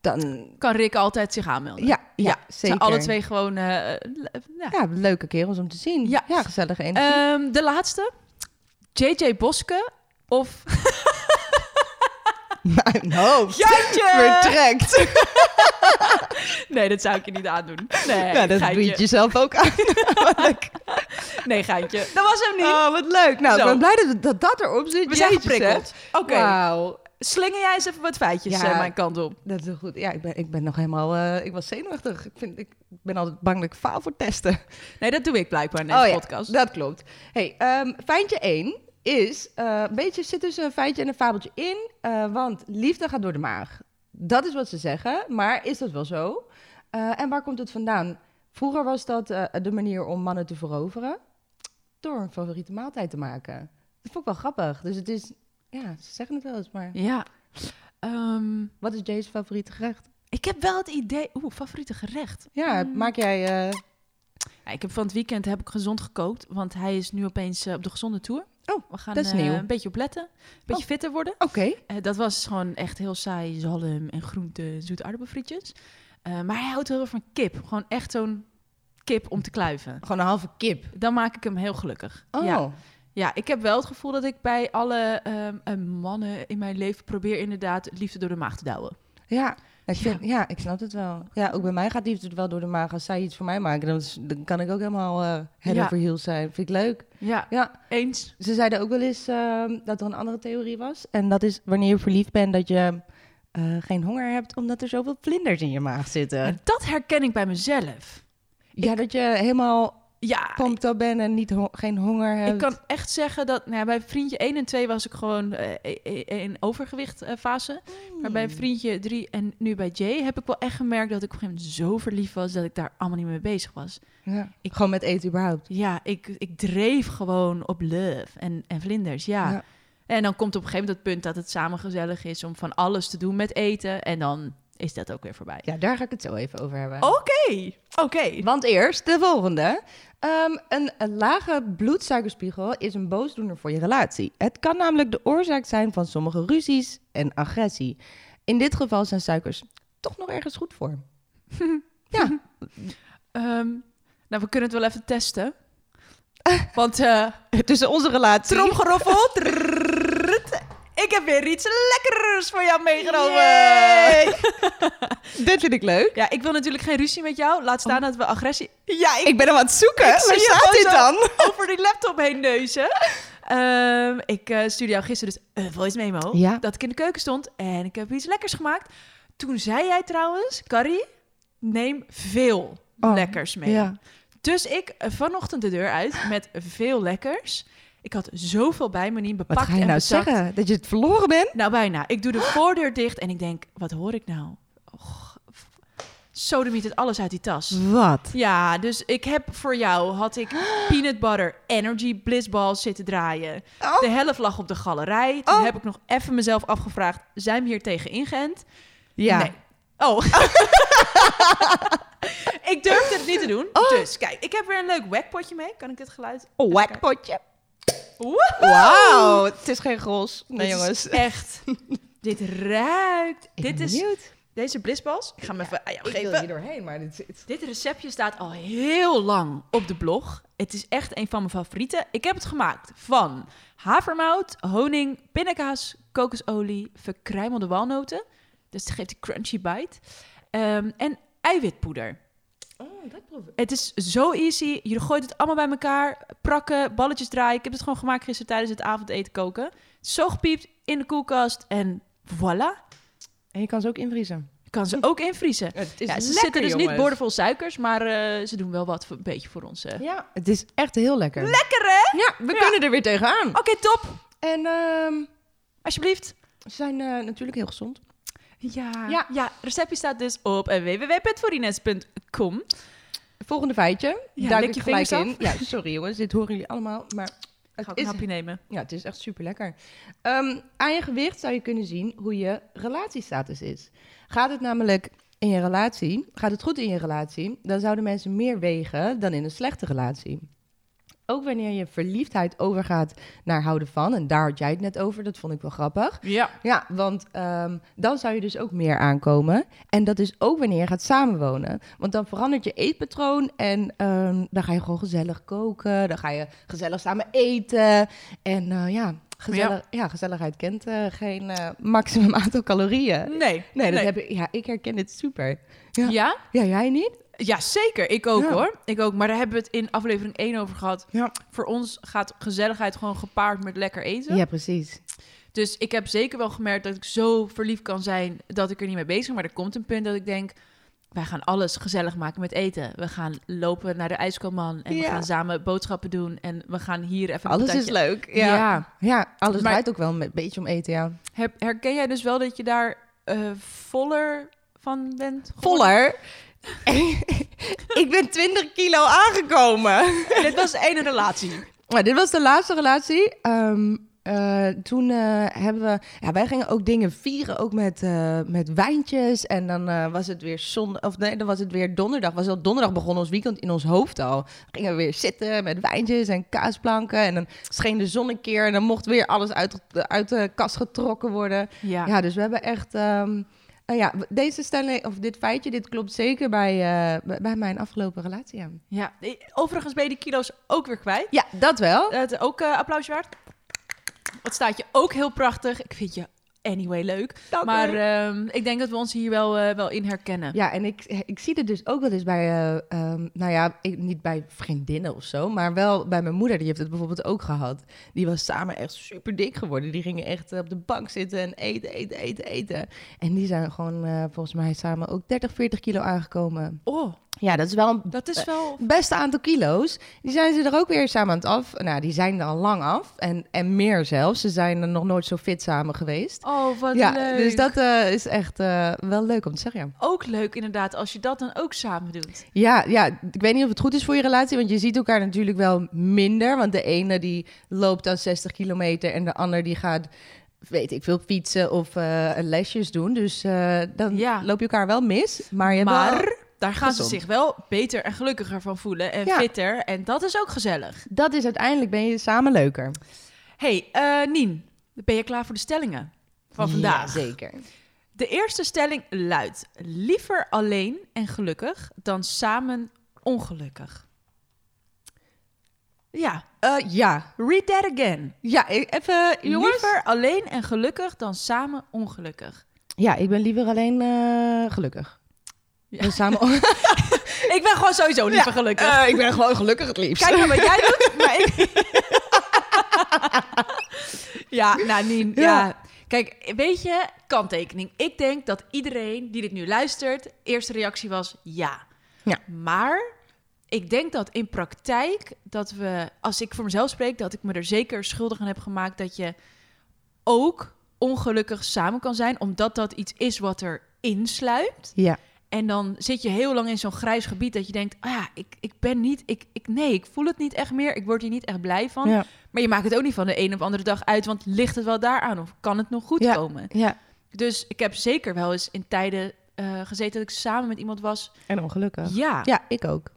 Speaker 5: Dan...
Speaker 4: kan Rick altijd zich aanmelden.
Speaker 5: Ja, ja,
Speaker 4: Ja,
Speaker 5: zeker.
Speaker 4: Ze zijn alle twee gewoon... eh, eh, ja.
Speaker 5: Ja, leuke kerels om te zien.
Speaker 4: Ja.
Speaker 5: Ja, gezellige energie.
Speaker 4: Ehm, de laatste. JJ Boske of...
Speaker 5: Mijn hoofd
Speaker 4: Jantje!
Speaker 5: vertrekt.
Speaker 4: Nee, dat zou ik je niet aandoen. Nee,
Speaker 5: ja, dat
Speaker 4: geintje.
Speaker 5: biedt jezelf ook aan.
Speaker 4: Nee, geintje. Dat was hem niet.
Speaker 5: Oh, wat leuk. Nou,
Speaker 4: Zo.
Speaker 5: ik ben blij dat dat, dat erop zit.
Speaker 4: We zijn
Speaker 5: Jezus,
Speaker 4: geprikkeld.
Speaker 5: hè.
Speaker 4: Oké,
Speaker 5: Wauw.
Speaker 4: slinger jij eens even wat feitjes
Speaker 5: Ja.
Speaker 4: eh, mijn kant op.
Speaker 5: Dat is heel goed. Ja, ik ben, ik ben nog helemaal... eh, ik was zenuwachtig. Ik, vind, ik ben altijd bang dat ik faal voor testen.
Speaker 4: Nee, dat doe ik blijkbaar in
Speaker 5: Oh
Speaker 4: deze podcast.
Speaker 5: dat klopt. Hey, ehm, feitje 1 is... eh, een beetje zit tussen een feitje en een fabeltje in. eh, want liefde gaat door de maag. Dat is wat ze zeggen. Maar is dat wel zo? Eh, en waar komt het vandaan? Vroeger was dat eh, de manier om mannen te veroveren. Door een favoriete maaltijd te maken. Dat vond ik wel grappig. Dus het is... Ja, ze zeggen het wel eens, maar...
Speaker 4: Ja. Ehm,
Speaker 5: Wat is Jay's favoriete gerecht?
Speaker 4: ik heb wel het idee... Oeh, favoriete gerecht.
Speaker 5: Ja, maak jij... eh,
Speaker 4: Ja, ik heb van het weekend heb ik gezond gekookt, want hij is nu opeens eh, op de gezonde tour.
Speaker 5: Oh,
Speaker 4: we gaan
Speaker 5: dat is
Speaker 4: eh,
Speaker 5: nieuw. Oh.
Speaker 4: een beetje op letten, een beetje fitter worden.
Speaker 5: Oké.
Speaker 4: Eh, dat was gewoon echt heel saai zalm en groente, zoete aardappelfrietjes. Eh, maar hij houdt heel erg van kip, gewoon echt zo'n kip om te kluiven.
Speaker 5: Gewoon een halve kip.
Speaker 4: Dan maak ik hem heel gelukkig.
Speaker 5: Oh.
Speaker 4: Ja. ja, ik heb wel het gevoel dat ik bij alle ehm, eh, mannen in mijn leven probeer inderdaad liefde door de maag te douwen.
Speaker 5: Ja, ik vind- ja. ik snap het wel. Ja, ook bij mij gaat liefde wel door de maag. Als zij iets voor mij maken, dan, is- dan kan ik ook helemaal eh head
Speaker 4: Ja.
Speaker 5: over heels zijn. Vind ik leuk.
Speaker 4: Ja,
Speaker 5: Ja,
Speaker 4: eens.
Speaker 5: ze zeiden ook wel eens ehm, dat er een andere theorie was. En dat is wanneer je verliefd bent, dat je eh, geen honger hebt, omdat er zoveel vlinders in je maag zitten.
Speaker 4: En dat herken ik bij mezelf.
Speaker 5: Ja, dat je helemaal
Speaker 4: Ja,
Speaker 5: pumped up bent en niet ho- geen honger hebt.
Speaker 4: Ah, Ik kan echt zeggen dat nou ja, bij vriendje 1 en 2 was ik gewoon eh, eh, eh, in overgewicht eh, fase. Maar bij
Speaker 5: Hmm.
Speaker 4: vriendje 3 en nu bij Jay heb ik wel echt gemerkt dat ik op een gegeven moment zo verliefd was dat ik daar allemaal niet mee bezig was.
Speaker 5: Ja. Gewoon met eten überhaupt.
Speaker 4: Ja, ik, ik dreef gewoon op love en, en vlinders. Ja.
Speaker 5: Ja.
Speaker 4: En dan komt op een gegeven moment dat punt dat het samen gezellig is om van alles te doen met eten. En dan is dat ook weer voorbij.
Speaker 5: Ja, daar ga ik het zo even over hebben.
Speaker 4: Oké, oké.
Speaker 5: Want eerst de volgende. Ehm, een, een lage bloedsuikerspiegel is een boosdoener voor je relatie. Het kan namelijk de oorzaak zijn van sommige ruzies en agressie. In dit geval zijn suikers toch nog ergens goed voor. ja,
Speaker 4: Ehm, nou, we kunnen het wel even testen. Want eh
Speaker 5: tussen onze relatie.
Speaker 4: tromgeroffel. Trrrrrrt. Ik heb weer iets lekkers voor jou meegenomen.
Speaker 5: Yay. Dit vind ik leuk.
Speaker 4: Ja, ik wil natuurlijk geen ruzie met jou. Laat staan dat we agressie... Ja,
Speaker 5: Ik ben hem aan het zoeken.
Speaker 4: Ik
Speaker 5: Waar
Speaker 4: zie je
Speaker 5: staat
Speaker 4: gewoon
Speaker 5: dit
Speaker 4: zo
Speaker 5: dan?
Speaker 4: over die laptop heen neuzen. Ehm, ik eh, stuurde jou gisteren dus een voice memo.
Speaker 5: Ja.
Speaker 4: Dat ik in de keuken stond en ik heb iets lekkers gemaakt. Toen zei jij trouwens, Carrie, neem veel
Speaker 5: Oh,
Speaker 4: lekkers mee. Dus ik eh, vanochtend de deur uit met veel lekkers. Ik had zoveel bij me niet
Speaker 5: Wat
Speaker 4: bepakt
Speaker 5: ga je
Speaker 4: en
Speaker 5: nou
Speaker 4: bezakt.
Speaker 5: zeggen? Dat je het verloren bent?
Speaker 4: Nou, bijna. Ik doe de voordeur dicht en ik denk, wat hoor ik nou? Och, sodemiet het alles uit die tas.
Speaker 5: Wat?
Speaker 4: Ja, dus ik heb voor jou had ik peanut butter energy blissballs zitten draaien.
Speaker 5: Oh.
Speaker 4: De helft lag op de galerij. Toen
Speaker 5: Oh.
Speaker 4: heb ik nog even mezelf afgevraagd: zijn we hier tegen ingeënt?
Speaker 5: Ja.
Speaker 4: Nee. Oh. ik durfde het niet te doen. Dus kijk, ik heb weer een leuk wackpotje mee. Kan ik dit geluid?
Speaker 5: Oh, wackpotje.
Speaker 4: Woehoe!
Speaker 5: Wauw. Het is geen gros. Nee,
Speaker 4: Dit is
Speaker 5: jongens.
Speaker 4: echt. dit ruikt.
Speaker 5: Ik
Speaker 4: Dit
Speaker 5: ben
Speaker 4: is
Speaker 5: benieuwd.
Speaker 4: deze blissballs. Ik ga hem even aan jou geven.
Speaker 5: doorheen, maar dit zit...
Speaker 4: Dit receptje staat al heel lang op de blog. Het is echt een van mijn favorieten. Ik heb het gemaakt van havermout, honing, pindakaas, kokosolie, verkruimelde walnoten. Dus het geeft die crunchy bite. Ehm, en eiwitpoeder.
Speaker 5: Oh, dat proef ik.
Speaker 4: Het is zo easy. Je gooit het allemaal bij elkaar. Prakken, balletjes draaien. Ik heb het gewoon gemaakt gisteren tijdens het avondeten koken. Zo gepiept in de koelkast. En voilà.
Speaker 5: En je kan ze ook invriezen.
Speaker 4: Je kan ze ook invriezen.
Speaker 5: Het
Speaker 4: Ja, ze zitten dus niet boordevol suikers, maar eh, ze doen wel wat voor, een beetje voor ons. eh.
Speaker 5: Ja, het is echt heel lekker.
Speaker 4: Lekker hè?
Speaker 5: Ja, we
Speaker 4: Ja.
Speaker 5: kunnen er weer tegenaan.
Speaker 4: Oké, top.
Speaker 5: En ehm,
Speaker 4: Alsjeblieft.
Speaker 5: ze zijn eh, natuurlijk heel gezond.
Speaker 4: Ja. ja. receptje staat dus op www.forines.com.
Speaker 5: Volgende feitje.
Speaker 4: Ja,
Speaker 5: Daar
Speaker 4: lik
Speaker 5: ik
Speaker 4: je
Speaker 5: gelijk
Speaker 4: vingers
Speaker 5: in. Ja, sorry jongens, dit horen jullie allemaal. Maar het
Speaker 4: Ga ik een
Speaker 5: is,
Speaker 4: hapje nemen.
Speaker 5: ja, het is echt super lekker. aan je gewicht zou je kunnen zien hoe je relatiestatus is. Gaat het namelijk in je relatie, gaat het goed in je relatie, dan zouden mensen meer wegen dan in een slechte relatie. Ook wanneer je verliefdheid overgaat naar houden van, en daar had jij het net over, dat vond ik wel grappig.
Speaker 4: Ja.
Speaker 5: Ja, want ehm, dan zou je dus ook meer aankomen. En dat is ook wanneer je gaat samenwonen. Want dan verandert je eetpatroon en ehm, dan ga je gewoon gezellig koken. Dan ga je gezellig samen eten. En eh, ja, gezellig, ja. gezelligheid kent eh, geen eh, maximum aantal calorieën. Nee,
Speaker 4: Nee.
Speaker 5: dat Heb ik, ja, ik herken dit super. Ja.
Speaker 4: Ja?
Speaker 5: Ja, jij niet?
Speaker 4: Ja, zeker. Ik ook
Speaker 5: Ja.
Speaker 4: hoor. Ik ook. Maar daar hebben we het in aflevering 1 over gehad.
Speaker 5: Ja.
Speaker 4: Voor ons gaat gezelligheid gewoon gepaard met lekker eten.
Speaker 5: Ja, precies.
Speaker 4: Dus ik heb zeker wel gemerkt dat ik zo verliefd kan zijn dat ik er niet mee bezig ben. Maar er komt een punt dat ik denk, wij gaan alles gezellig maken met eten. We gaan lopen naar de ijskoman en we
Speaker 5: Ja.
Speaker 4: gaan samen boodschappen doen. En we gaan hier even een
Speaker 5: Alles is
Speaker 4: patatje-
Speaker 5: leuk. Ja,
Speaker 4: Ja.
Speaker 5: ja. alles
Speaker 4: Maar-
Speaker 5: draait ook wel een beetje om eten, ja.
Speaker 4: Her- Herken jij dus wel dat je daar eh, voller van bent? geworden?
Speaker 5: Voller. ik ben 20 kilo aangekomen.
Speaker 4: Dit was één relatie.
Speaker 5: Nou, dit was de laatste relatie. Ehm, eh, toen eh, hebben we... Ja, wij gingen ook dingen vieren, ook met, eh, met wijntjes. En dan eh, was het weer zon, of nee, dan was het weer donderdag. Was al donderdag begon ons weekend in ons hoofd al. Gingen we weer zitten met wijntjes en kaasplanken. En dan scheen de zon een keer. En dan mocht weer alles uit, uit de kast getrokken worden.
Speaker 4: Ja.
Speaker 5: Ja, dus we hebben echt. ehm, eh, ja, w- deze stelling, of dit feitje, dit klopt zeker bij, eh, bij- bij mijn afgelopen relatie. Ja,
Speaker 4: ja. Overigens ben je die kilo's ook weer kwijt.
Speaker 5: ja dat wel.
Speaker 4: Dat is ook eh, applausje waard. Het staat je ook heel prachtig. Ik vind je anyway leuk.
Speaker 5: Dank
Speaker 4: maar
Speaker 5: u.
Speaker 4: ehm, ik denk dat we ons hier wel, eh, wel in herkennen.
Speaker 5: Ja, en ik, ik zie dit dus ook wel eens bij, eh, ehm, nou ja, ik, niet bij vriendinnen of zo, maar wel bij mijn moeder. Die heeft het bijvoorbeeld ook gehad. Die was samen echt super dik geworden. Die gingen echt eh, op de bank zitten en eten, eten, eten, eten. En die zijn gewoon eh, volgens mij samen ook 30, 40 kilo aangekomen.
Speaker 4: Oh,
Speaker 5: Ja, dat is wel een
Speaker 4: dat is wel...
Speaker 5: beste aantal kilo's. Die zijn ze er ook weer samen aan het af. Nou, die zijn er al lang af. En, en meer zelfs. Ze zijn er nog nooit zo fit samen geweest.
Speaker 4: Oh, wat
Speaker 5: ja,
Speaker 4: leuk.
Speaker 5: dus dat eh, is echt eh, wel leuk om te zeggen. Ja.
Speaker 4: Ook leuk inderdaad, als je dat dan ook samen doet.
Speaker 5: Ja, ja, ik weet niet of het goed is voor je relatie, want je ziet elkaar natuurlijk wel minder. Want de ene die loopt dan 60 kilometer en de ander die gaat weet ik veel, fietsen of eh, lesjes doen. Dus eh, dan
Speaker 4: Ja.
Speaker 5: loop je elkaar wel mis. Maar, je hebt wel-
Speaker 4: Maar daar gaan
Speaker 5: gezond.
Speaker 4: ze zich wel beter en gelukkiger van voelen en
Speaker 5: Ja.
Speaker 4: fitter. En dat is ook gezellig.
Speaker 5: dat is uiteindelijk ben je samen leuker.
Speaker 4: hey, eh, Nien, ben je klaar voor de stellingen van vandaag?
Speaker 5: zeker.
Speaker 4: De eerste stelling luidt: liever alleen en gelukkig dan samen ongelukkig. Ja,
Speaker 5: ja.
Speaker 4: read that again. e-,
Speaker 5: Ja, ik- even jongens.
Speaker 4: Liever alleen en gelukkig dan samen ongelukkig.
Speaker 5: Ja, ik ben liever alleen eh, gelukkig.
Speaker 4: Ja.
Speaker 5: We Samen...
Speaker 4: Ik ben gewoon sowieso liever gelukkig.
Speaker 5: ik ben gewoon gelukkig het liefst.
Speaker 4: Kijk maar wat jij doet, maar ik... ja, nou Nien, ja.
Speaker 5: Ja.
Speaker 4: Kijk, weet je, kanttekening. Ik denk dat iedereen die dit nu luistert, eerste reactie was ja.
Speaker 5: Ja.
Speaker 4: Maar ik denk dat in praktijk, dat we, als ik voor mezelf spreek, dat ik me er zeker schuldig aan heb gemaakt dat je ook ongelukkig samen kan zijn, omdat dat iets is wat er insluipt.
Speaker 5: ja.
Speaker 4: En dan zit je heel lang in zo'n grijs gebied dat je denkt, ah ja, ik, ik ben niet, ik, ik, nee, ik voel het niet echt meer, ik word hier niet echt blij van.
Speaker 5: ja.
Speaker 4: Maar je maakt het ook niet van de een op de andere dag uit, want ligt het wel daaraan of kan het nog goed
Speaker 5: Ja.
Speaker 4: komen?
Speaker 5: Ja.
Speaker 4: Dus ik heb zeker wel eens in tijden eh, gezeten dat ik samen met iemand was.
Speaker 5: En ongelukkig.
Speaker 4: Ja, ja.
Speaker 5: Ja, ik ook.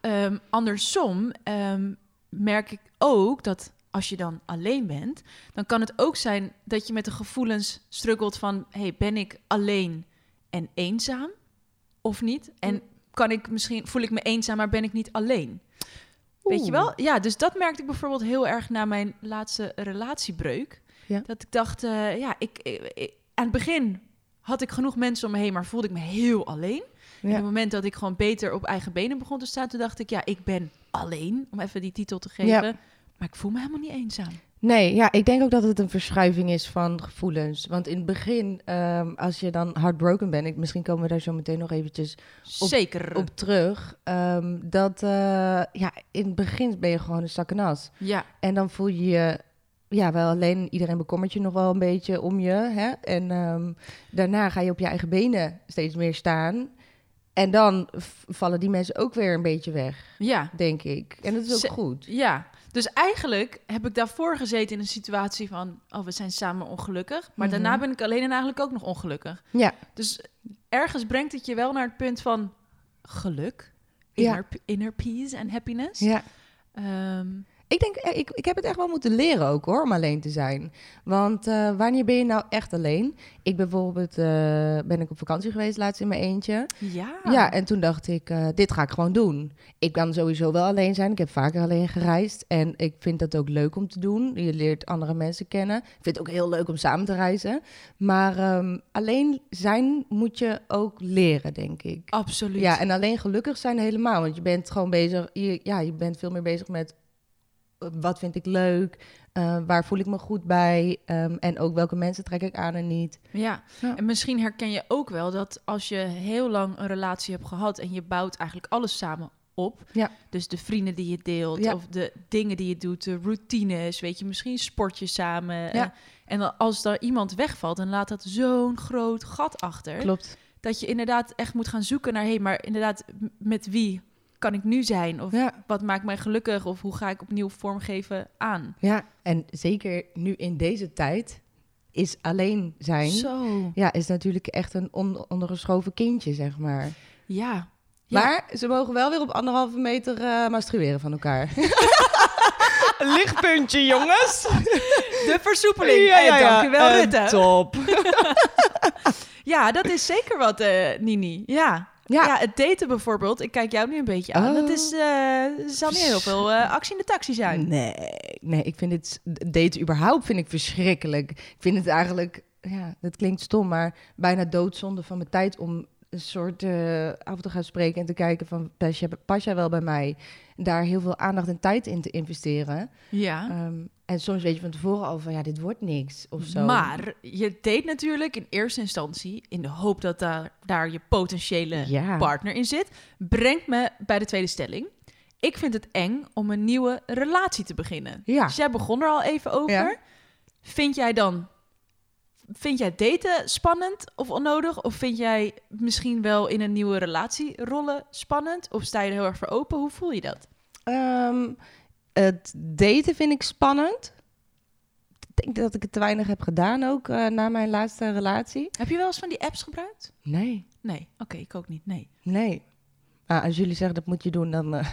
Speaker 4: ehm, andersom ehm, merk ik ook dat als je dan alleen bent, dan kan het ook zijn dat je met de gevoelens struggelt van, hey, ben ik alleen en eenzaam of niet? En kan ik misschien voel ik me eenzaam, maar ben ik niet alleen? Weet je
Speaker 5: Oeh.
Speaker 4: wel? Ja, dus dat merkte ik bijvoorbeeld heel erg na mijn laatste relatiebreuk.
Speaker 5: Ja.
Speaker 4: Dat ik dacht, eh, ja, ik, ik- ik- aan het begin had ik genoeg mensen om me heen, maar voelde ik me heel alleen. En
Speaker 5: Ja.
Speaker 4: op het moment dat ik gewoon beter op eigen benen begon te staan, toen dacht ik, ja, ik ben alleen, om even die titel te geven.
Speaker 5: Ja.
Speaker 4: Maar ik voel me helemaal niet eenzaam.
Speaker 5: Nee, ja, ik denk ook dat het een verschuiving is van gevoelens. Want in het begin, ehm, als je dan heartbroken bent, ik, misschien komen we daar zo meteen nog eventjes
Speaker 4: Zeker.
Speaker 5: op terug. ehm, dat eh, ja, in het begin ben je gewoon een zakkenas.
Speaker 4: ja.
Speaker 5: En dan voel je je ja, wel alleen, iedereen bekommert je nog wel een beetje om je. Hè? En ehm, daarna ga je op je eigen benen steeds meer staan. En dan v- vallen die mensen ook weer een beetje weg,
Speaker 4: ja.
Speaker 5: denk ik. En dat is ook
Speaker 4: Ze-
Speaker 5: goed.
Speaker 4: Ja, dus eigenlijk heb ik daarvoor gezeten in een situatie van... oh, we zijn samen ongelukkig. Maar
Speaker 5: Mhm.
Speaker 4: daarna ben ik alleen en eigenlijk ook nog ongelukkig.
Speaker 5: Ja,
Speaker 4: Dus ergens brengt het je wel naar het punt van geluk. Inner, inner peace en happiness.
Speaker 5: ja.
Speaker 4: Ehm,
Speaker 5: Ik denk, eh, ik, ik heb het echt wel moeten leren ook hoor, om alleen te zijn. Want eh, wanneer ben je nou echt alleen? Ik bijvoorbeeld eh, ben ik op vakantie geweest laatst in mijn eentje.
Speaker 4: ja.
Speaker 5: Ja, en toen dacht ik, eh, dit ga ik gewoon doen. Ik kan sowieso wel alleen zijn. Ik heb vaker alleen gereisd. En ik vind dat ook leuk om te doen. Je leert andere mensen kennen. Ik vind het ook heel leuk om samen te reizen. Maar ehm, alleen zijn moet je ook leren, denk ik.
Speaker 4: absoluut.
Speaker 5: Ja, en alleen gelukkig zijn helemaal. Want je bent gewoon bezig. Je, ja, je bent veel meer bezig met eh, wat vind ik leuk. eh, waar voel ik me goed bij? ehm, en ook welke mensen trek ik aan en niet.
Speaker 4: Ja.
Speaker 5: Ja.
Speaker 4: en misschien herken je ook wel dat als je heel lang een relatie hebt gehad en je bouwt eigenlijk alles samen op.
Speaker 5: Ja.
Speaker 4: Dus de vrienden die je deelt,
Speaker 5: Ja.
Speaker 4: of de dingen die je doet, de routines, weet je, misschien sport je samen. eh,
Speaker 5: Ja.
Speaker 4: en dan als daar iemand wegvalt, dan laat dat zo'n groot gat achter.
Speaker 5: Klopt.
Speaker 4: Dat je inderdaad echt moet gaan zoeken naar, hé, hey, maar inderdaad, m- met wie kan ik nu zijn? Of
Speaker 5: Ja.
Speaker 4: wat maakt mij gelukkig? Of hoe ga ik opnieuw vormgeven aan?
Speaker 5: Ja, en zeker nu in deze tijd is alleen zijn.
Speaker 4: Zo.
Speaker 5: Ja, is natuurlijk echt een on- ondergeschoven kindje, zeg maar.
Speaker 4: Ja. Ja.
Speaker 5: Maar ze mogen wel weer op anderhalve meter eh masturberen van elkaar. Lichtpuntje, jongens.
Speaker 4: De versoepeling. Ja, Eh, dankjewel, Rutte.
Speaker 5: Eh, Top.
Speaker 4: Ja, dat is zeker wat, eh, Nini. Ja. Ja.
Speaker 5: Ja.
Speaker 4: het daten bijvoorbeeld. Ik kijk jou nu een beetje aan.
Speaker 5: Oh.
Speaker 4: Dat is, eh, er zal niet heel veel eh, actie in de taxi zijn.
Speaker 5: Nee, nee, ik vind dit daten überhaupt vind ik verschrikkelijk. Ik vind het eigenlijk, ja, dat klinkt stom, maar bijna doodzonde van mijn tijd om een soort eh, af te gaan spreken en te kijken van pas jij, pas jij wel bij mij? Daar heel veel aandacht en tijd in te investeren.
Speaker 4: Ja.
Speaker 5: Ehm, en soms weet je van tevoren al van ja, dit wordt niks of zo.
Speaker 4: Maar je date natuurlijk in eerste instantie in de hoop dat daar, daar je potentiële
Speaker 5: Ja.
Speaker 4: partner in zit. Brengt me bij de tweede stelling. Ik vind het eng om een nieuwe relatie te beginnen.
Speaker 5: ja,
Speaker 4: Dus jij begon er al even over.
Speaker 5: Ja.
Speaker 4: Vind jij dan... Vind jij daten spannend of onnodig? Of vind jij misschien wel in een nieuwe relatie rollen spannend? Of sta je er heel erg voor open? Hoe voel je dat?
Speaker 5: Ehm, het daten vind ik spannend. denk dat ik het te weinig heb gedaan ook eh, na mijn laatste relatie.
Speaker 4: Heb je wel eens van die apps gebruikt?
Speaker 5: Nee.
Speaker 4: Nee. Oké, ik ook niet. Nee.
Speaker 5: Nee. Ah, als jullie zeggen dat moet je doen, dan, eh,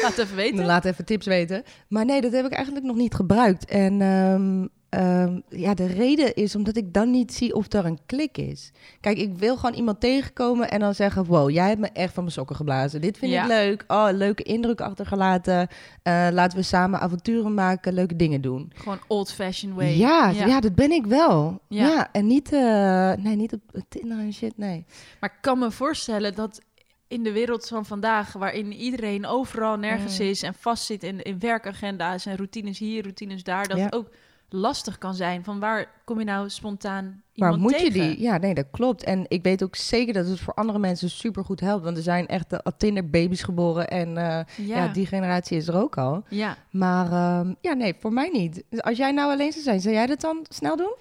Speaker 4: Laat even weten.
Speaker 5: dan laat even tips weten. Maar nee, dat heb ik eigenlijk nog niet gebruikt. En ehm, ehm, ja, de reden is omdat ik dan niet zie of er een klik is. Kijk, ik wil gewoon iemand tegenkomen en dan zeggen... wow, jij hebt me echt van mijn sokken geblazen. Dit vind
Speaker 4: Ja.
Speaker 5: ik leuk. Oh, leuke indruk achtergelaten. Eh, laten we samen avonturen maken, leuke dingen doen.
Speaker 4: Gewoon old-fashioned way.
Speaker 5: Ja, ja. dat ben ik wel.
Speaker 4: Ja.
Speaker 5: Ja, en niet, eh, nee, niet op Tinder en shit, nee.
Speaker 4: Maar ik kan me voorstellen dat in de wereld van vandaag, waarin iedereen overal nergens
Speaker 5: Mm.
Speaker 4: is en vastzit in, in werkagenda's en routines hier, routines daar, dat
Speaker 5: Ja.
Speaker 4: het ook lastig kan zijn van waar kom je nou spontaan
Speaker 5: Waar
Speaker 4: iemand
Speaker 5: moet je
Speaker 4: tegen?
Speaker 5: die? Ja, nee, dat klopt. En ik weet ook zeker dat het voor andere mensen supergoed helpt. Want er zijn echt eh, al Tinder-baby's geboren. En eh,
Speaker 4: Ja,
Speaker 5: ja.
Speaker 4: ja,
Speaker 5: die generatie is er ook al. Maar ehm, ja, nee, voor mij niet. Dus Als jij nou alleen zou zijn, zou jij dat dan snel doen?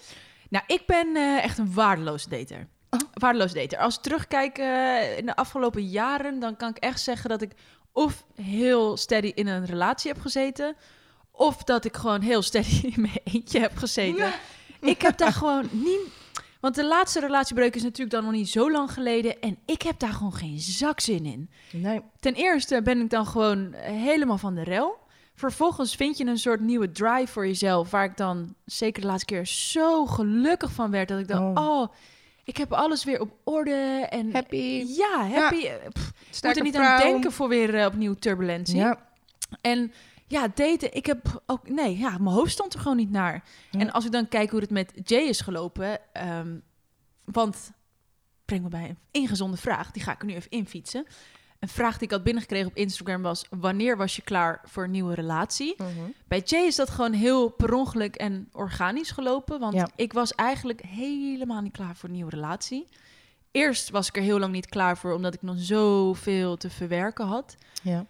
Speaker 4: Nou, ik ben eh, echt een waardeloos dater.
Speaker 5: Oh.
Speaker 4: Waardeloos dater. Als ik terugkijk eh, in de afgelopen jaren, dan kan ik echt zeggen dat ik of heel steady in een relatie heb gezeten, of dat ik gewoon heel steady in mijn eentje heb gezeten. Ik heb daar gewoon niet. Want de laatste relatiebreuk is natuurlijk dan nog niet zo lang geleden. En ik heb daar gewoon geen zakzin in.
Speaker 5: Nee.
Speaker 4: Ten eerste ben ik dan gewoon helemaal van de rel. Vervolgens vind je een soort nieuwe drive voor jezelf. Waar ik dan zeker de laatste keer zo gelukkig van werd. Dat ik dacht, oh,
Speaker 5: Oh.
Speaker 4: ik heb alles weer op orde. En
Speaker 5: Happy.
Speaker 4: ja, happy. Pff, ik moet
Speaker 5: Sterke
Speaker 4: er niet aan
Speaker 5: vrouw.
Speaker 4: denken voor weer eh, opnieuw turbulentie.
Speaker 5: Ja.
Speaker 4: En ja, daten, ik heb ook... Nee, ja, mijn hoofd stond er gewoon niet naar.
Speaker 5: Ja.
Speaker 4: En als ik dan kijk hoe het met Jay is gelopen... ehm, want, breng me bij een ingezonde vraag. Die ga ik er nu even infietsen. Een vraag die ik had binnengekregen op Instagram was... Wanneer was je klaar voor een nieuwe relatie? Bij Jay is dat gewoon heel per ongeluk en organisch gelopen. Want
Speaker 5: Ja.
Speaker 4: ik was eigenlijk helemaal niet klaar voor een nieuwe relatie. Eerst was ik er heel lang niet klaar voor... omdat ik nog zoveel te verwerken had.
Speaker 5: ja.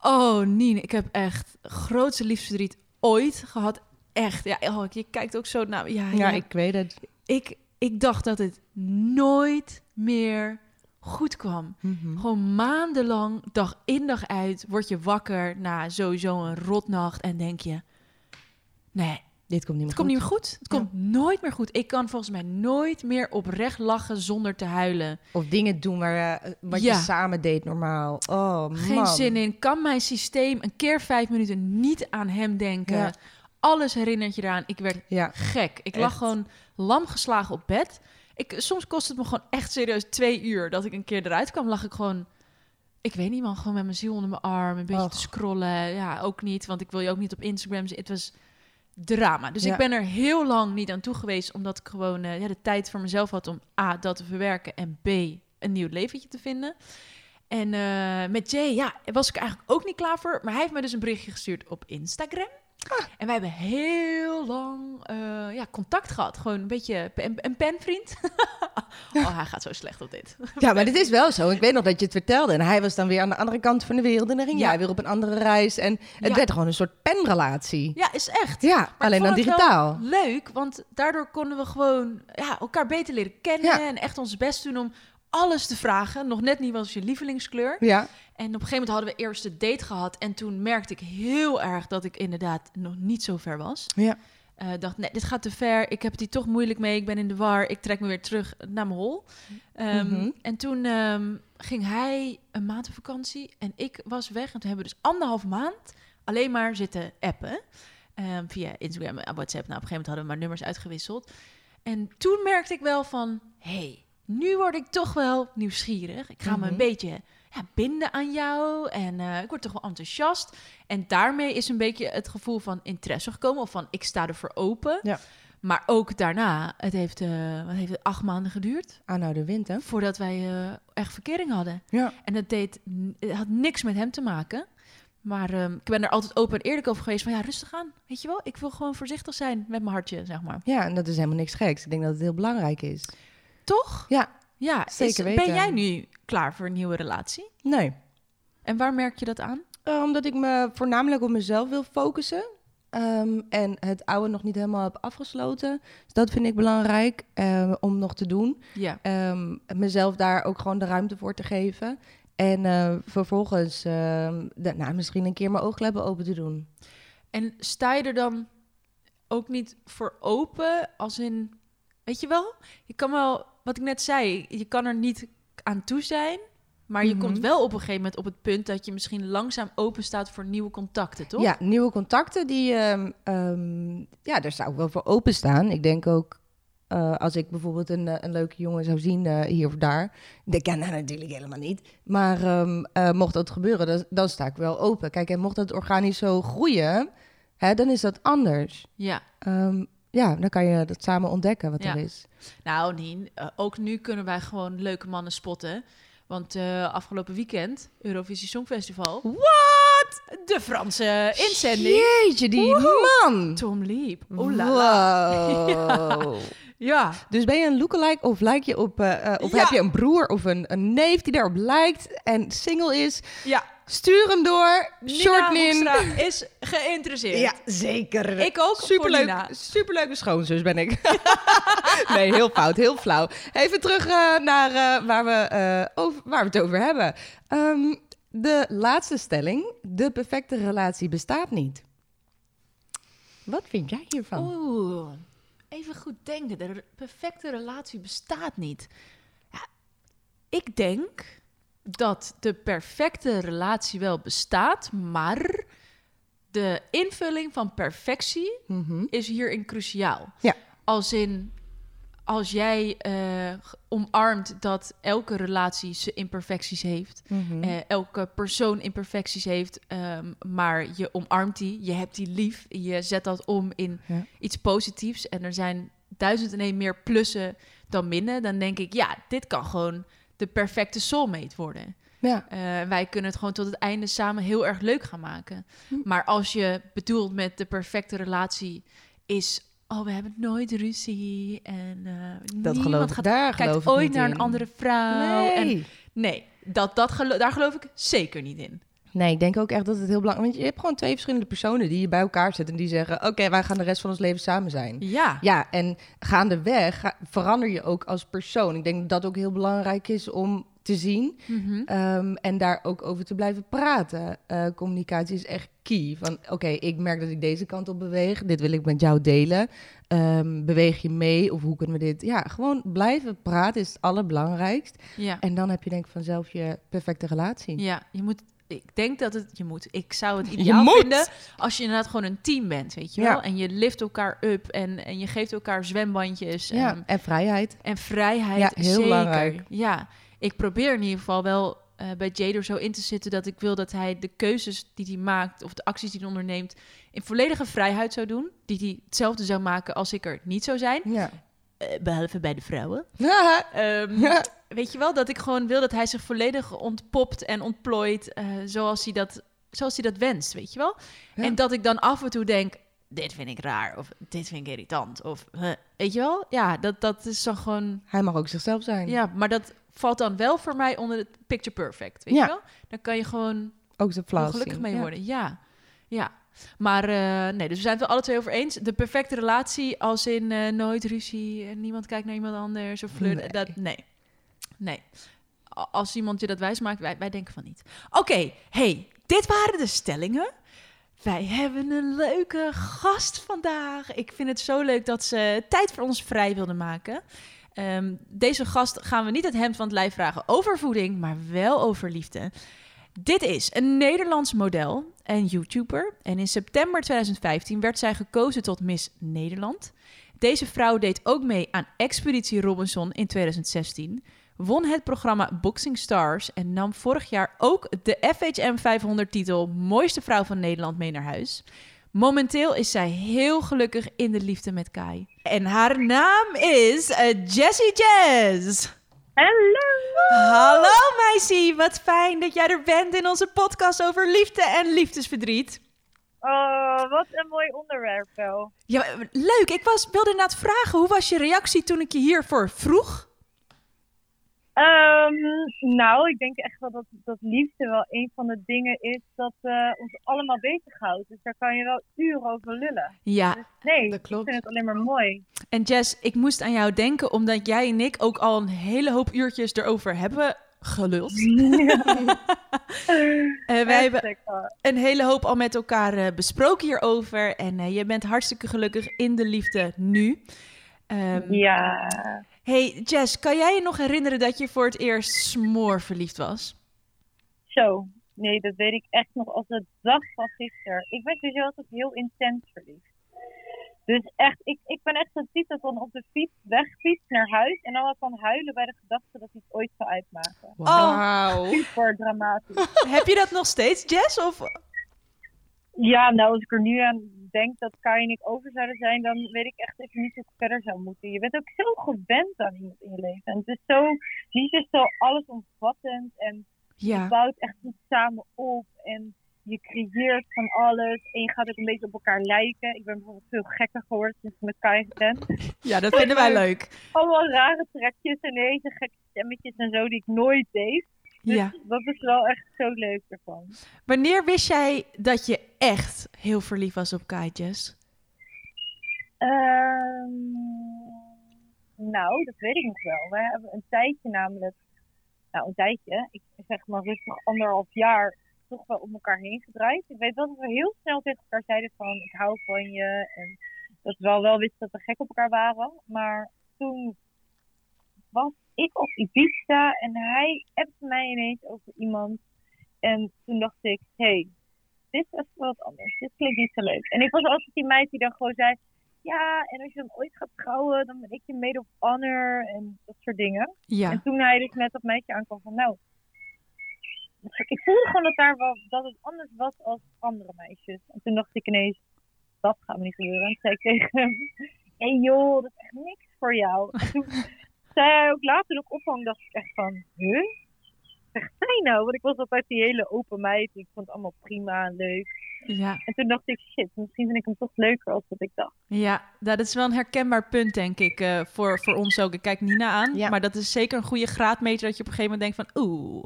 Speaker 4: Oh, Nien, ik heb echt grootste liefdesverdriet ooit gehad. Echt. Ja, oh, je kijkt ook zo naar. Ja,
Speaker 5: Ja,
Speaker 4: Ah, ja. Ik,
Speaker 5: ik weet het.
Speaker 4: ik, ik dacht dat het nooit meer goed kwam. Gewoon maandenlang, dag in dag uit, word je wakker na sowieso een rotnacht en denk je: nee,
Speaker 5: Dit komt niet meer
Speaker 4: het komt niet meer goed. Het
Speaker 5: Ja.
Speaker 4: komt nooit meer goed. Ik kan volgens mij nooit meer oprecht lachen zonder te huilen.
Speaker 5: Of dingen doen waar, eh, wat
Speaker 4: Ja.
Speaker 5: je samen deed normaal. Oh, man.
Speaker 4: Geen zin in. Kan mijn systeem een keer vijf minuten niet aan hem denken?
Speaker 5: Ja.
Speaker 4: Alles herinnert je eraan. Ik werd
Speaker 5: Ja.
Speaker 4: gek. Ik lag
Speaker 5: Echt.
Speaker 4: gewoon lam geslagen op bed. Ik, soms kost het me gewoon echt serieus twee uur dat ik een keer eruit kwam. Lag ik gewoon, ik weet niet man, gewoon met mijn ziel onder mijn arm. Een beetje
Speaker 5: Och.
Speaker 4: te scrollen. Ja, ook niet, want ik wil je ook niet op Instagram zien. Het was drama. Dus
Speaker 5: Ja.
Speaker 4: ik ben er heel lang niet aan toe geweest. Omdat ik gewoon eh, ja, de tijd voor mezelf had om A, dat te verwerken. En B, een nieuw leventje te vinden. En eh, met Jay, ja, was ik eigenlijk ook niet klaar voor. Maar hij heeft me dus een berichtje gestuurd op Instagram. En wij hebben heel lang eh, ja, contact gehad. Gewoon een beetje pe- een, een penvriend. oh, hij gaat zo slecht op dit.
Speaker 5: Ja, maar dit is wel zo. Ik weet nog dat je het vertelde. En hij was dan weer aan de andere kant van de wereld. En dan ging
Speaker 4: Ja.
Speaker 5: jij weer op een andere reis. En het
Speaker 4: Ja.
Speaker 5: werd gewoon een soort penrelatie.
Speaker 4: Ja, is echt.
Speaker 5: Ja,
Speaker 4: Maar ik
Speaker 5: alleen dan
Speaker 4: vond het wel
Speaker 5: digitaal.
Speaker 4: Leuk, want daardoor konden we gewoon ja, elkaar beter leren kennen.
Speaker 5: Ja.
Speaker 4: En echt ons best doen om alles te vragen. Nog net niet was je lievelingskleur.
Speaker 5: Ja,
Speaker 4: En op een gegeven moment hadden we eerst de date gehad. En toen merkte ik heel erg dat ik inderdaad nog niet zo ver was.
Speaker 5: ja.
Speaker 4: Eh, dacht, nee, dit gaat te ver. Ik heb het hier toch moeilijk mee. Ik ben in de war. Ik trek me weer terug naar mijn hol. Ehm,
Speaker 5: Mhm.
Speaker 4: En toen ehm, ging hij een maand op vakantie en ik was weg. En toen hebben we dus anderhalf maand alleen maar zitten appen. Ehm, via Instagram en WhatsApp. Nou, op een gegeven moment hadden we maar nummers uitgewisseld. En toen merkte ik wel van... hey, nu word ik toch wel nieuwsgierig. Ik ga me een beetje ja, binden aan jou. En eh, ik word toch wel enthousiast. En daarmee is een beetje het gevoel van interesse gekomen. Of van, ik sta ervoor open.
Speaker 5: Ja.
Speaker 4: Maar ook daarna, het heeft, eh, wat heeft het, acht maanden geduurd...
Speaker 5: Aanhouden wind, hè?
Speaker 4: voordat wij eh, echt verkering hadden.
Speaker 5: Ja.
Speaker 4: En dat deed, het had niks met hem te maken. Maar ehm, ik ben er altijd open en eerlijk over geweest. Van ja, rustig aan. Weet je wel, ik wil gewoon voorzichtig zijn met mijn hartje, zeg maar.
Speaker 5: Ja, en dat is helemaal niks geks. Ik denk dat het heel belangrijk is.
Speaker 4: Toch?
Speaker 5: Ja,
Speaker 4: Ja, is-
Speaker 5: Zeker weten.
Speaker 4: Ben jij nu klaar voor een nieuwe relatie?
Speaker 5: nee.
Speaker 4: En waar merk je dat aan?
Speaker 5: Eh, omdat ik me voornamelijk op mezelf wil focussen. Ehm, en het oude nog niet helemaal heb afgesloten. Dus dat vind ik belangrijk eh, om nog te doen.
Speaker 4: Ja.
Speaker 5: Ehm, mezelf daar ook gewoon de ruimte voor te geven. En eh, vervolgens nou, ehm, daarna misschien een keer mijn oogkleppen open te doen.
Speaker 4: En sta je er dan ook niet voor open. Als in, weet je wel, je kan wel, wat ik net zei, je kan er niet aan toe zijn. Maar je
Speaker 5: Mhm.
Speaker 4: komt wel op een gegeven moment op het punt dat je misschien langzaam open staat voor nieuwe contacten, toch?
Speaker 5: Ja, nieuwe contacten die... ehm, ehm, ja, daar zou ik wel voor openstaan. Ik denk ook... eh, als ik bijvoorbeeld een, eh, een leuke jongen zou zien eh, hier of daar. Ik denk, ja, nou natuurlijk helemaal niet. Maar ehm, eh, mocht dat gebeuren, dan, dan sta ik wel open. Kijk, en mocht dat organisch zo groeien, hè, dan is dat anders.
Speaker 4: ja.
Speaker 5: Ehm, ja, dan kan je dat samen ontdekken wat
Speaker 4: Ja.
Speaker 5: er is.
Speaker 4: Nou, Nien, eh, ook nu kunnen wij gewoon leuke mannen spotten. Want eh, afgelopen weekend, Eurovisie Songfestival. Wat? De Franse inzending.
Speaker 5: Jeetje, die man!
Speaker 4: Tom Liep. Oh la la.
Speaker 5: Wow.
Speaker 4: Ja.
Speaker 5: Dus ben je een lookalike of like je op, eh, eh, of
Speaker 4: Ja.
Speaker 5: heb je een broer of een, een neef die daarop lijkt en single is?
Speaker 4: Ja.
Speaker 5: Stuur hem door.
Speaker 4: Nina
Speaker 5: Short Nin.
Speaker 4: Hoekstra is geïnteresseerd.
Speaker 5: Ja, zeker.
Speaker 4: Ik ook, voor
Speaker 5: Superleuk,
Speaker 4: Nina.
Speaker 5: superleuke schoonzus ben ik. nee, heel fout, heel flauw. Even terug eh, naar eh, waar, we, eh, over, waar we het over hebben. Ehm, de laatste stelling. De perfecte relatie bestaat niet. Wat vind jij hiervan?
Speaker 4: Oeh. Even goed denken. De re- perfecte relatie bestaat niet. Ja, ik denk dat de perfecte relatie wel bestaat, maar de invulling van perfectie
Speaker 5: Mhm.
Speaker 4: is hierin cruciaal.
Speaker 5: Ja.
Speaker 4: Als in, als jij eh, g- omarmt dat elke relatie zijn imperfecties heeft,
Speaker 5: Mhm.
Speaker 4: eh, elke persoon imperfecties heeft, ehm, maar je omarmt die, je hebt die lief, je zet dat om in
Speaker 5: Ja.
Speaker 4: iets positiefs en er zijn duizend en een meer plussen dan minnen, dan denk ik, ja, dit kan gewoon de perfecte soulmate worden.
Speaker 5: Ja.
Speaker 4: Eh, wij kunnen het gewoon tot het einde samen heel erg leuk gaan maken.
Speaker 5: Hm.
Speaker 4: Maar als je bedoelt met de perfecte relatie is... oh, we hebben nooit ruzie en eh
Speaker 5: Dat
Speaker 4: niemand
Speaker 5: geloof ik.
Speaker 4: gaat,
Speaker 5: Daar
Speaker 4: kijkt
Speaker 5: geloof ik
Speaker 4: ooit
Speaker 5: niet
Speaker 4: naar
Speaker 5: in.
Speaker 4: een andere vrouw.
Speaker 5: Nee.
Speaker 4: En, nee, dat, dat gelo- daar geloof ik zeker niet in.
Speaker 5: nee, ik denk ook echt dat het heel belangrijk is. Want je hebt gewoon twee verschillende personen die je bij elkaar zetten. En die zeggen, oké, wij gaan de rest van ons leven samen zijn.
Speaker 4: Ja,
Speaker 5: Ja, en gaandeweg ga- verander je ook als persoon. Ik denk dat dat ook heel belangrijk is om te zien
Speaker 4: Mhm.
Speaker 5: ehm, en daar ook over te blijven praten. Eh, communicatie is echt key. Van oké, ik merk dat ik deze kant op beweeg. Dit wil ik met jou delen. Ehm, beweeg je mee of hoe kunnen we dit? Ja, gewoon blijven praten is het allerbelangrijkst.
Speaker 4: ja,
Speaker 5: En dan heb je denk ik vanzelf je perfecte relatie.
Speaker 4: ja. Je moet, ik denk dat het, je moet, ik zou het
Speaker 5: Je
Speaker 4: ideaal
Speaker 5: moet!
Speaker 4: vinden als je inderdaad gewoon een team bent, weet je
Speaker 5: Ja.
Speaker 4: wel. En je lift elkaar up en, en je geeft elkaar zwembandjes.
Speaker 5: Ja,
Speaker 4: en-
Speaker 5: en vrijheid.
Speaker 4: En vrijheid,
Speaker 5: Ja, heel
Speaker 4: zeker.
Speaker 5: belangrijk.
Speaker 4: Ja, ik probeer in ieder geval wel eh, bij Jader zo in te zitten dat ik wil dat hij de keuzes die hij maakt of de acties die hij onderneemt in volledige vrijheid zou doen, die hij hetzelfde zou maken als ik er niet zou zijn,
Speaker 5: Ja.
Speaker 4: Eh, behalve bij de vrouwen. Ehm, Weet je wel dat ik gewoon wil dat hij zich volledig ontpopt en ontplooit eh, zoals hij dat zoals hij dat wenst, weet je wel?
Speaker 5: Ja.
Speaker 4: En dat ik dan af en toe denk dit vind ik raar of dit vind ik irritant of eh, weet je wel? Ja, dat dat is dan gewoon
Speaker 5: Hij mag ook zichzelf zijn.
Speaker 4: ja, maar dat valt dan wel voor mij onder het picture perfect, weet
Speaker 5: Ja.
Speaker 4: je wel? Dan kan je gewoon
Speaker 5: Ook zijn
Speaker 4: heel
Speaker 5: flaws.
Speaker 4: gelukkig
Speaker 5: zien.
Speaker 4: mee
Speaker 5: Ja.
Speaker 4: worden. Ja, ja. Maar eh, nee, dus we zijn het wel alle twee over eens. De perfecte relatie als in eh, nooit ruzie en niemand kijkt naar iemand anders of flirten.
Speaker 5: Nee.
Speaker 4: Dat, nee, nee. A- Als iemand je dat wijs maakt, wij, wij denken van niet. Oké, hey, dit waren de stellingen. Wij hebben een leuke gast vandaag. Ik vind het zo leuk dat ze tijd voor ons vrij wilde maken. Ehm, deze gast gaan we niet het hemd van het lijf vragen over voeding, maar wel over liefde. Dit is een Nederlands model en YouTuber. En in september 2015 werd zij gekozen tot Miss Nederland. Deze vrouw deed ook mee aan Expeditie Robinson in 2016. Won het programma Boxing Stars en nam vorig jaar ook de FHM 500-titel Mooiste Vrouw van Nederland mee naar huis. Momenteel is zij heel gelukkig in de liefde met Kai. En haar naam is eh, Jessie Jazz. Hallo meisje, wat fijn dat jij er bent in onze podcast over liefde en liefdesverdriet.
Speaker 1: Oh, wat een mooi onderwerp wel.
Speaker 4: Ja, leuk. Ik was, wilde inderdaad vragen, hoe was je reactie toen ik je hiervoor vroeg?
Speaker 1: Ehm, nou, ik denk echt wel dat, dat liefde wel een van de dingen is dat eh, ons allemaal bezighoudt. Dus daar kan je wel uren over lullen.
Speaker 4: Ja,
Speaker 1: Nee,
Speaker 5: Dat klopt.
Speaker 1: ik vind het alleen maar mooi.
Speaker 4: en Jess, ik moest aan jou denken omdat jij en ik ook al een hele hoop uurtjes erover hebben geluld.
Speaker 1: Ja.
Speaker 4: Eh, wij hebben
Speaker 1: Echt lekker.
Speaker 4: een hele hoop al met elkaar eh, besproken hierover. En eh, je bent hartstikke gelukkig in de liefde nu. Ehm,
Speaker 1: Ja.
Speaker 4: Hey Jess, kan jij je nog herinneren dat je voor het eerst smoor verliefd was?
Speaker 1: Zo. Nee, dat weet ik echt nog als de dag van gisteren. Ik ben sowieso altijd heel intens verliefd. Dus echt, ik, ik ben echt zo'n type dat dan op de fiets wegfietst naar huis. En dan wel kan huilen bij de gedachte dat hij het ooit zou uitmaken.
Speaker 4: Oh.
Speaker 1: Super dramatisch.
Speaker 4: Heb je dat nog steeds, Jess? Of...
Speaker 1: Ja, nou als ik er nu aan denk dat Kai en ik over zouden zijn, dan weet ik echt even niet hoe ik verder zou moeten. Je bent ook zo gewend aan iemand in je leven. En het is zo, liefde is zo allesomvattend en je
Speaker 4: Ja.
Speaker 1: bouwt echt iets samen op en je creëert van alles en je gaat ook een beetje op elkaar lijken. Ik ben bijvoorbeeld veel gekker geworden sinds ik met Kai ben.
Speaker 4: ja, dat vinden wij leuk.
Speaker 1: Allemaal rare trekjes en hele gekke stemmetjes en zo die ik nooit deed. Dus
Speaker 4: Ja.
Speaker 1: dat is wel echt zo leuk ervan.
Speaker 4: Wanneer wist jij dat je echt heel verliefd was op Kai, Jess?
Speaker 1: Ehm, nou, dat weet ik nog wel. We hebben een tijdje namelijk, nou een tijdje, ik zeg maar rustig anderhalf jaar, toch wel om elkaar heen gedraaid. Ik weet wel dat we heel snel tegen elkaar zeiden van ik hou van je en dat we al wel wisten dat we gek op elkaar waren. Maar toen was ik op Ibiza en hij appte mij ineens over iemand. En toen dacht ik, hé, hey, dit is even wat anders. Dit klinkt niet zo leuk. En ik was altijd die meid die dan gewoon zei, ja, en als je dan ooit gaat trouwen, dan ben ik je maid of honor en dat soort dingen.
Speaker 4: Ja.
Speaker 1: En toen hij dus met dat meisje aankwam van, nou, ik voelde gewoon dat, daar wel, dat het anders was als andere meisjes. En toen dacht ik ineens, dat gaat me niet gebeuren. En toen zei ik tegen hem, hé hey joh, dat is echt niks voor jou. En toen zei hij ook later toen ik ophang, dacht ik echt van, huh? Wat zegt zij nou? Want ik was altijd die hele open meid. Ik vond het allemaal prima en leuk.
Speaker 4: Ja.
Speaker 1: En toen dacht ik, shit, misschien vind ik hem toch leuker als dat ik dacht.
Speaker 4: Ja, dat is wel een herkenbaar punt, denk ik, eh, voor, voor ons ook. Ik kijk Nina aan,
Speaker 5: Ja.
Speaker 4: maar dat is zeker een goede graadmeter dat je op een gegeven moment denkt van... Oeh,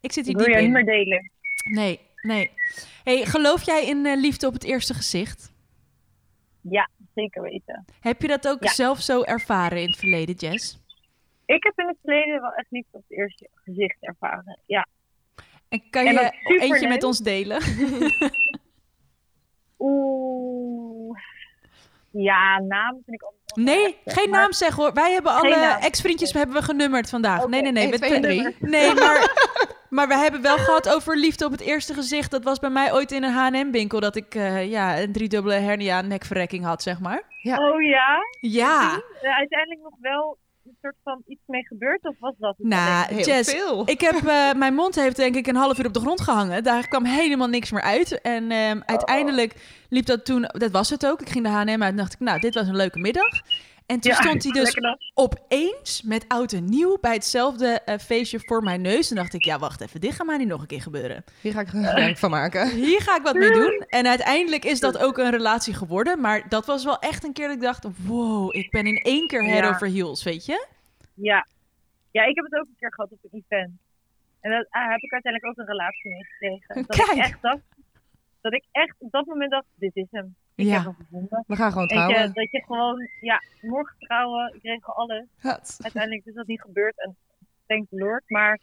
Speaker 4: ik zit hier
Speaker 1: Ik wil
Speaker 4: diep
Speaker 1: jij niet
Speaker 4: in.
Speaker 1: meer delen.
Speaker 4: Nee, nee. Hey, geloof jij in eh, liefde op het eerste gezicht?
Speaker 1: Ja, zeker weten.
Speaker 4: Heb je dat ook
Speaker 1: Ja.
Speaker 4: zelf zo ervaren in het verleden, Jess?
Speaker 1: Ik heb in het verleden wel echt liefde op het eerste gezicht ervaren. Ja.
Speaker 4: En kan
Speaker 1: En
Speaker 4: je
Speaker 1: dat is super
Speaker 4: eentje met
Speaker 1: leuk.
Speaker 4: ons delen?
Speaker 1: Oeh. Ja, naam vind ik altijd. wel
Speaker 4: Nee,
Speaker 1: lastig,
Speaker 4: geen
Speaker 1: maar-
Speaker 4: naam zeggen hoor. Wij hebben
Speaker 1: Geen
Speaker 4: alle
Speaker 1: naam.
Speaker 4: ex-vriendjes hebben we genummerd vandaag.
Speaker 1: Oké,
Speaker 4: Nee, nee, nee.
Speaker 5: één,
Speaker 4: we
Speaker 5: twee en drie.
Speaker 4: Nee, maar, maar we hebben wel gehad over liefde op het eerste gezicht. Dat was bij mij ooit in een H&M-winkel dat ik eh, ja, een driedubbele hernia nekverrekking had, zeg maar.
Speaker 1: Oh ja?
Speaker 4: Ja,
Speaker 1: Eh, uiteindelijk nog wel een soort van iets mee gebeurd, of was dat? het
Speaker 4: nou,
Speaker 1: alleen?
Speaker 4: Jess,
Speaker 5: veel.
Speaker 4: Ik heb, eh, mijn mond heeft denk ik een half uur op de grond gehangen. Daar kwam helemaal niks meer uit. En ehm,
Speaker 1: Oh.
Speaker 4: uiteindelijk liep dat toen, dat was het ook. Ik ging de H&M uit en dacht ik, nou, dit was een leuke middag. En toen
Speaker 1: Ja,
Speaker 4: stond hij dus
Speaker 1: lekker dan.
Speaker 4: opeens met oud en nieuw bij hetzelfde eh, feestje voor mijn neus. En dacht ik, ja, wacht even, dit gaat mij niet nog een keer gebeuren.
Speaker 5: Hier ga ik een werk van maken.
Speaker 4: Hier ga ik wat mee doen. En uiteindelijk is dat ook een relatie geworden. Maar dat was wel echt een keer dat ik dacht, wow, ik ben in één keer head
Speaker 1: Ja.
Speaker 4: over heels, weet je?
Speaker 1: Ja. Ja, ik heb het ook een keer gehad op een event. En daar ah, heb ik uiteindelijk ook een relatie mee gekregen. Dat
Speaker 4: Kijk.
Speaker 1: Ik echt dacht, dat ik echt op dat moment dacht, dit is hem. Ik
Speaker 4: Ja.
Speaker 1: heb hem gevonden.
Speaker 5: We gaan gewoon
Speaker 1: Weet je,
Speaker 5: trouwen.
Speaker 1: dat je gewoon, ja, morgen trouwen, ik regel alles.
Speaker 5: Hat.
Speaker 1: uiteindelijk is dat niet gebeurd en thank the lord. Maar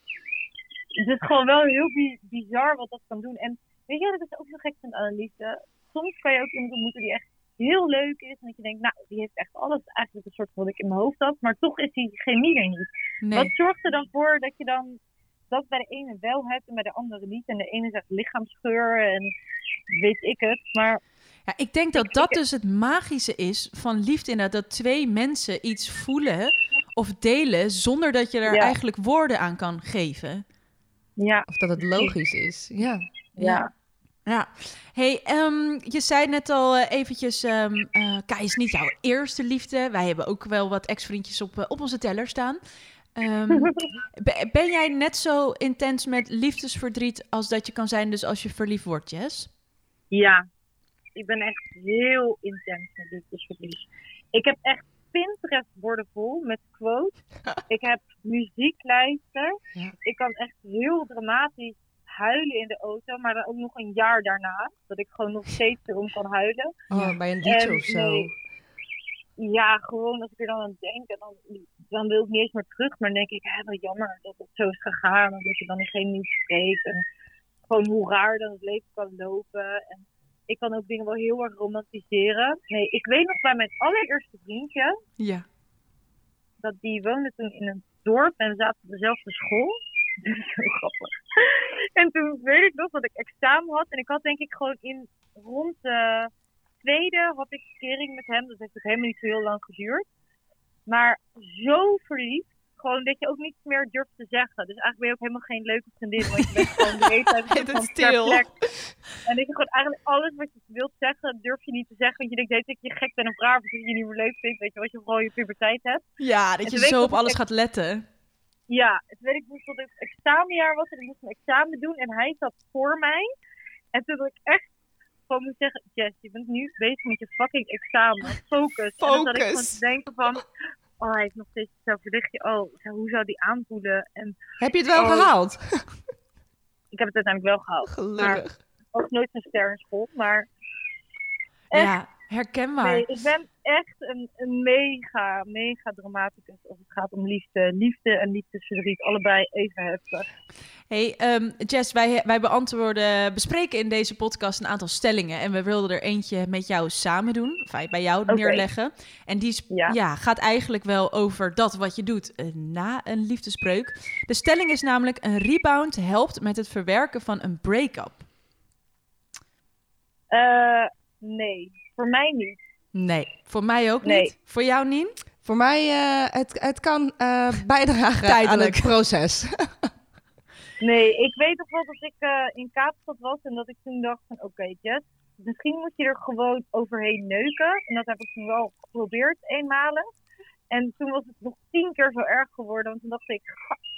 Speaker 1: het is gewoon wel heel bi- bizar wat dat kan doen. En weet je, dat is ook zo gek van analyse. Soms kan je ook iemand ontmoeten die echt heel leuk is. En dat je denkt, nou, die heeft echt alles. Eigenlijk een soort van wat ik in mijn hoofd had. Maar toch is die chemie er niet.
Speaker 4: Nee,
Speaker 1: Wat zorgt er dan voor dat je dan dat bij de ene wel hebt en bij de andere niet? En de ene zegt lichaamsgeur en weet ik het. Maar
Speaker 4: Ja, ik denk dat dat dus het magische is van liefde inderdaad. Dat twee mensen iets voelen of delen zonder dat je er
Speaker 1: Ja.
Speaker 4: eigenlijk woorden aan kan geven.
Speaker 1: ja,
Speaker 5: Of dat het logisch is. Ja.
Speaker 1: ja.
Speaker 4: Ja. Hey, ehm, je zei net al eh, eventjes, ehm eh, Kai is niet jouw eerste liefde. Wij hebben ook wel wat ex-vriendjes op, eh, op onze teller staan. Ehm, be- ben jij net zo intens met liefdesverdriet als dat je kan zijn dus als je verliefd wordt, Jess?
Speaker 1: Ja, ik ben echt heel intens met liefdesverdriet. Ik heb echt Pinterest borden vol met quotes. ik heb muzieklijsten.
Speaker 5: Ja.
Speaker 1: Ik kan echt heel dramatisch huilen in de auto, maar dan ook nog een jaar daarna. Dat ik gewoon nog steeds erom kan huilen.
Speaker 5: Oh, bij een liedje
Speaker 1: En
Speaker 5: of zo.
Speaker 1: nee. Ja, gewoon als ik er dan aan denk en dan dan wil ik niet eens meer terug. Maar dan denk ik, hè, wat jammer dat het zo is gegaan. En dat je dan in geen nieuws kreeg. En gewoon hoe raar dan het leven kan lopen. En ik kan ook dingen wel heel erg romantiseren. Nee, ik weet nog bij mijn allereerste vriendje.
Speaker 4: Ja.
Speaker 1: Dat die woonde toen in een dorp en we zaten op dezelfde school. Dat is heel grappig. En toen weet ik nog dat ik examen had. En ik had denk ik gewoon in rond de tweede had ik kering met hem. Dat heeft ook helemaal niet zo heel lang geduurd. Maar zo verliefd. Gewoon dat je ook niets meer durft te zeggen. Dus eigenlijk ben je ook helemaal geen leuke vriendin. Want je bent gewoon de hele tijd een soort
Speaker 4: Heet het
Speaker 1: van ter
Speaker 4: stil.
Speaker 1: plekke. En dat je gewoon eigenlijk alles wat je wilt zeggen, durf je niet te zeggen. Want je denkt dat je gek bent of raar, of dat je je niet meer leuk vindt. Weet je, wat je vooral je puberteit hebt.
Speaker 4: Ja, dat
Speaker 1: En
Speaker 4: je
Speaker 1: toen weet
Speaker 4: zo
Speaker 1: ik
Speaker 4: op
Speaker 1: dat
Speaker 4: alles
Speaker 1: ik-
Speaker 4: gaat letten.
Speaker 1: Ja, het weet ik niet dat het examenjaar was en ik moest mijn examen doen en hij zat voor mij. En toen had ik echt gewoon moet zeggen, Jess, je bent nu bezig met je fucking examen. Focus. En dan zat ik gewoon
Speaker 4: Focus.
Speaker 1: te denken van, oh hij heeft nog steeds hetzelfde lichtje. Oh, zo- hoe zou die aanvoelen? En
Speaker 5: Heb je het wel
Speaker 1: Oh.
Speaker 5: gehaald?
Speaker 1: ik heb het uiteindelijk wel gehaald.
Speaker 5: Gelukkig.
Speaker 1: Ook nooit een ster in school, maar Echt?
Speaker 4: Ja, herkenbaar.
Speaker 1: nee, ik ben echt een, een mega, mega dramaticus als het gaat om liefde. Liefde en liefdesverdriet, allebei even heftig.
Speaker 4: Hey, ehm, Jess, wij, wij beantwoorden, bespreken in deze podcast een aantal stellingen. En we wilden er eentje met jou samen doen, of bij jou
Speaker 1: Oké.
Speaker 4: neerleggen. En die is- ja.
Speaker 1: Ja.
Speaker 4: gaat eigenlijk wel over dat wat je doet eh, na een liefdesbreuk. De stelling is namelijk: een rebound helpt met het verwerken van een break-up.
Speaker 1: Eh, nee, voor mij niet.
Speaker 4: Nee, voor mij ook
Speaker 1: Nee.
Speaker 4: niet. Voor jou niet?
Speaker 5: Voor mij, eh, het, het kan eh, bijdragen aan
Speaker 4: Tijdelijk.
Speaker 5: het proces.
Speaker 1: Nee, ik weet nog wel dat ik eh, in Kaapstad was en dat ik toen dacht van oké Jess, misschien moet je er gewoon overheen neuken. En dat heb ik toen wel geprobeerd eenmalig. En toen was het nog tien keer zo erg geworden, want toen dacht ik,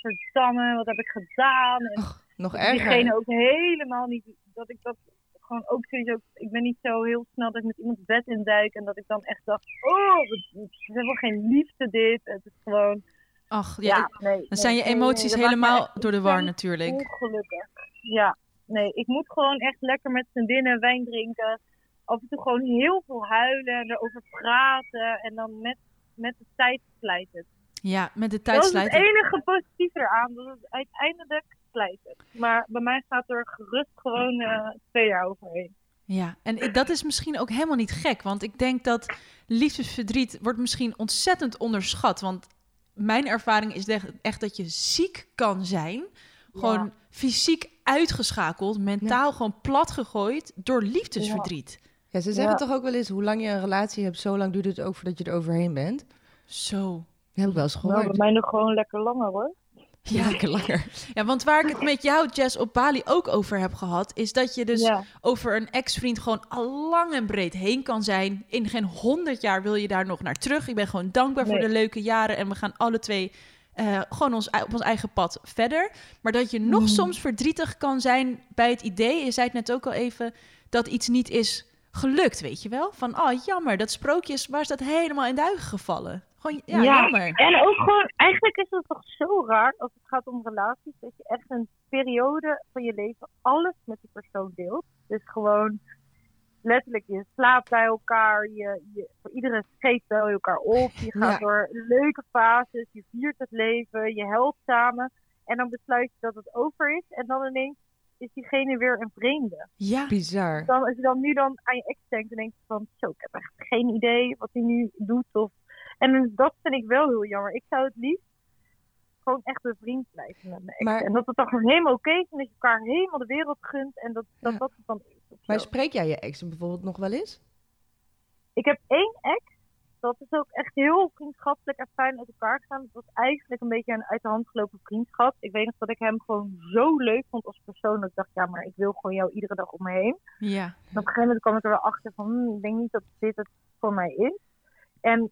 Speaker 1: verdamme, wat heb ik gedaan? En
Speaker 5: Nog
Speaker 1: diegene
Speaker 5: erger.
Speaker 1: ook helemaal niet, dat ik dat gewoon ook sowieso, ik ben niet zo heel snel dat ik met iemands bed induik en dat ik dan echt dacht, oh, wat- het is helemaal geen liefde dit. Het is gewoon,
Speaker 4: Ach ja.
Speaker 1: ja, nee.
Speaker 4: Dan zijn je emoties helemaal door de war natuurlijk.
Speaker 1: Ongelukkig. Ja, nee, ik moet gewoon echt lekker met vriendinnen wijn drinken. Af en toe gewoon heel veel huilen en erover praten. En dan met, met de tijd slijt het.
Speaker 4: Ja, met de tijd
Speaker 1: Dat is het
Speaker 4: slijten.
Speaker 1: enige positieve eraan, dat het uiteindelijk slijt het. Maar bij mij gaat er gerust gewoon eh, twee jaar overheen.
Speaker 4: Ja, en ik- dat is misschien ook helemaal niet gek. Want ik denk dat liefdesverdriet wordt misschien ontzettend onderschat. Want mijn ervaring is echt, echt dat je ziek kan zijn. Gewoon fysiek uitgeschakeld, mentaal gewoon plat gegooid door liefdesverdriet.
Speaker 5: Ja, ze zeggen
Speaker 1: Ja.
Speaker 5: toch ook wel eens, hoe lang je een relatie hebt, zo lang duurt het ook voordat je er overheen bent.
Speaker 4: Zo.
Speaker 5: Dat heb ik wel eens
Speaker 1: Nou, bij
Speaker 5: gehoord.
Speaker 1: mij nog gewoon lekker langer hoor.
Speaker 5: Ja, lekker langer.
Speaker 4: Ja, want waar ik het met jou, Jess, op Bali ook over heb gehad, is dat je dus
Speaker 1: Ja.
Speaker 4: over een ex-vriend gewoon al lang en breed heen kan zijn. In geen honderd jaar wil je daar nog naar terug. Ik ben gewoon dankbaar voor
Speaker 1: Nee.
Speaker 4: de leuke jaren en we gaan alle twee eh, gewoon ons, op ons eigen pad verder. Maar dat je nog soms verdrietig kan zijn bij het idee, je zei het net ook al even, dat iets niet is gelukt, weet je wel? Van, oh jammer, dat sprookje is, waar is dat helemaal in duigen gevallen? Gewoon, ja, jammer.
Speaker 1: En ook gewoon, eigenlijk is het toch zo raar als het gaat om relaties, dat je echt een periode van je leven alles met die persoon deelt. Dus gewoon letterlijk, je slaapt bij elkaar, je, je, voor iedereen geeft wel elkaar op, je gaat
Speaker 5: Ja.
Speaker 1: door leuke fases, je viert het leven, je helpt samen. En dan besluit je dat het over is en dan ineens is diegene weer een vreemde.
Speaker 4: Ja,
Speaker 5: Bizar.
Speaker 1: Dan, als je dan nu dan aan je ex denkt, dan denk je van, zo, ik heb echt geen idee wat hij nu doet. Of... En dus dat vind ik wel heel jammer. Ik zou het liefst gewoon echt bevriend blijven met mijn ex.
Speaker 5: Maar-
Speaker 1: En dat het dan gewoon helemaal oké is en dat je elkaar helemaal de wereld gunt en dat dat,
Speaker 5: Ja.
Speaker 1: dat het dan is. of
Speaker 5: Maar
Speaker 1: zo.
Speaker 5: spreek jij je ex bijvoorbeeld nog wel eens?
Speaker 1: Ik heb één ex, dat is ook echt heel vriendschappelijk en fijn uit elkaar gegaan. Het was eigenlijk een beetje een uit de hand gelopen vriendschap. Ik weet nog dat ik hem gewoon zo leuk vond als persoon. Dat ik dacht, ja, maar ik wil gewoon jou iedere dag om me heen.
Speaker 4: ja.
Speaker 1: En op een gegeven moment kwam ik er wel achter van, hmm, ik denk niet dat dit het voor mij is. En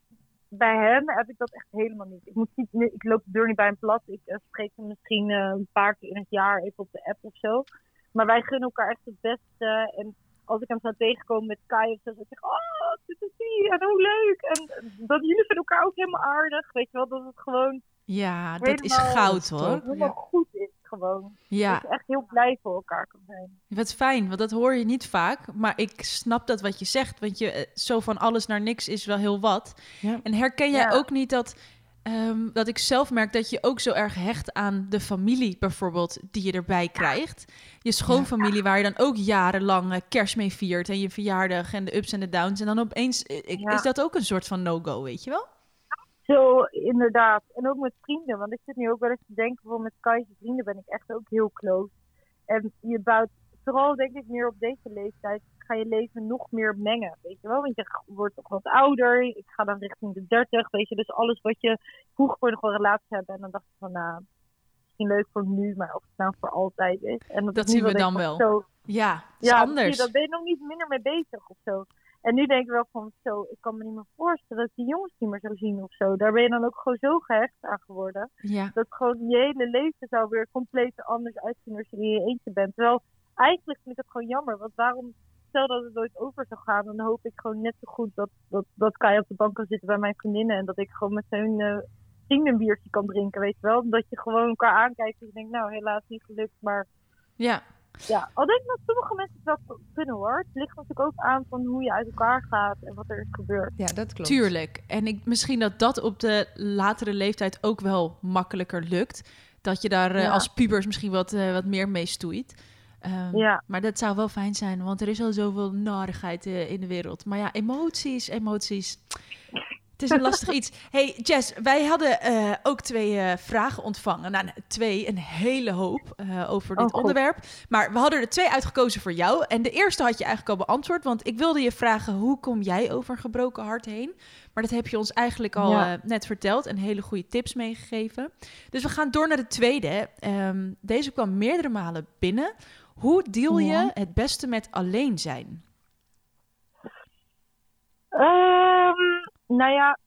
Speaker 1: bij hem heb ik dat echt helemaal niet. Ik, moet niet, nee, ik loop de deur niet bij hem plat. Ik eh, spreek hem misschien eh, een paar keer in het jaar even op de app of zo. Maar wij gunnen elkaar echt het beste. En als ik hem zou tegenkomen met Kai of zo, dan zeg ik, oh, dit is die, en hoe leuk. En eh, dat jullie vinden elkaar ook helemaal aardig. Weet je wel, dat het gewoon
Speaker 4: Ja, dat is
Speaker 1: Helemaal
Speaker 4: goud hoor.
Speaker 1: helemaal goed is. Gewoon.
Speaker 4: Ja,
Speaker 1: Dat je echt heel blij voor elkaar kan zijn.
Speaker 4: Wat fijn, want dat hoor je niet vaak. Maar ik snap dat wat je zegt. Want je, eh, zo van alles naar niks is wel heel wat.
Speaker 5: Ja.
Speaker 4: En herken jij
Speaker 1: Ja.
Speaker 4: ook niet dat eh, ehm, dat ik zelf merk dat je ook zo erg hecht aan de familie bijvoorbeeld die je erbij krijgt. Je schoonfamilie waar je dan ook jarenlang eh, kerst mee viert en je verjaardag en de ups en de downs. En dan opeens eh, ik-
Speaker 1: Ja.
Speaker 4: is dat ook een soort van no-go, weet je wel?
Speaker 1: Zo, inderdaad. En ook met vrienden. Want ik zit nu ook wel eens te denken, voor met Kai's vrienden ben ik echt ook heel close. En je bouwt, vooral denk ik meer op deze leeftijd, ga je leven nog meer mengen. Weet je wel, want je g- wordt toch wat ouder. Ik ga dan richting de 30, weet je. Dus alles wat je vroeger voor nog wel een relatie hebben. En dan dacht ik van, nou, misschien leuk voor nu, maar of het nou voor altijd is. En
Speaker 4: Dat
Speaker 1: is nu
Speaker 4: zien we
Speaker 1: ik
Speaker 4: dan
Speaker 1: van,
Speaker 4: wel.
Speaker 1: Zo,
Speaker 4: Ja, het is
Speaker 1: ja,
Speaker 4: anders.
Speaker 1: Zie je, daar ben je nog niet minder mee bezig of zo. En nu denk ik wel van zo, ik kan me niet meer voorstellen dat ik die jongens niet meer zou zien of zo. Daar ben je dan ook gewoon zo gehecht aan geworden.
Speaker 4: Ja.
Speaker 1: Dat gewoon je hele leven zou weer compleet anders uitzien als je in je eentje bent. Terwijl eigenlijk vind ik het gewoon jammer. Want waarom, stel dat het nooit over zou gaan, dan hoop ik gewoon net zo goed dat, dat, dat Kai op de bank kan zitten bij mijn vriendinnen. En dat ik gewoon met hun eh vrienden een biertje kan drinken, weet je wel. Omdat je gewoon elkaar aankijkt en je denkt, nou helaas niet gelukt, maar
Speaker 4: ja.
Speaker 1: ja, al denk ik dat sommige mensen het wel kunnen hoor. Het ligt natuurlijk ook aan van hoe je uit elkaar gaat en wat er is gebeurd.
Speaker 5: Ja, dat klopt.
Speaker 4: Tuurlijk. En ik, misschien dat dat op de latere leeftijd ook wel makkelijker lukt. Dat je daar eh,
Speaker 1: Ja.
Speaker 4: als pubers misschien wat, eh, wat meer mee stoeit. Ehm,
Speaker 1: Ja.
Speaker 4: Maar dat zou wel fijn zijn, want er is al zoveel narigheid eh, in de wereld. Maar ja, emoties, emoties. Het is een lastig iets. Hey Jess, wij hadden eh, ook twee eh, vragen ontvangen. Nou, nee, twee, een hele hoop eh, over dit
Speaker 1: Oh, goed.
Speaker 4: onderwerp. Maar we hadden er twee uitgekozen voor jou. En de eerste had je eigenlijk al beantwoord. Want ik wilde je vragen, hoe kom jij over een gebroken hart heen? Maar dat heb je ons eigenlijk al
Speaker 1: Ja.
Speaker 4: eh, net verteld en hele goede tips meegegeven. Dus we gaan door naar de tweede. Ehm, deze kwam meerdere malen binnen. Hoe deal je
Speaker 1: Ja.
Speaker 4: het beste met alleen zijn?
Speaker 1: Ehm, nou ja,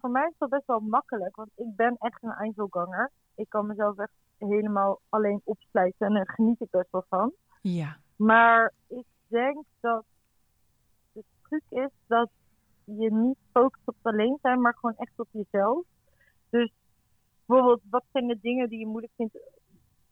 Speaker 1: voor mij is dat best wel makkelijk, want ik ben echt een Einzelganger. Ik kan mezelf echt helemaal alleen opsluiten en daar geniet ik best wel van.
Speaker 4: Ja.
Speaker 1: Maar ik denk dat de truc is dat je niet focust op het alleen zijn, maar gewoon echt op jezelf. Dus bijvoorbeeld, wat zijn de dingen die je moeilijk vindt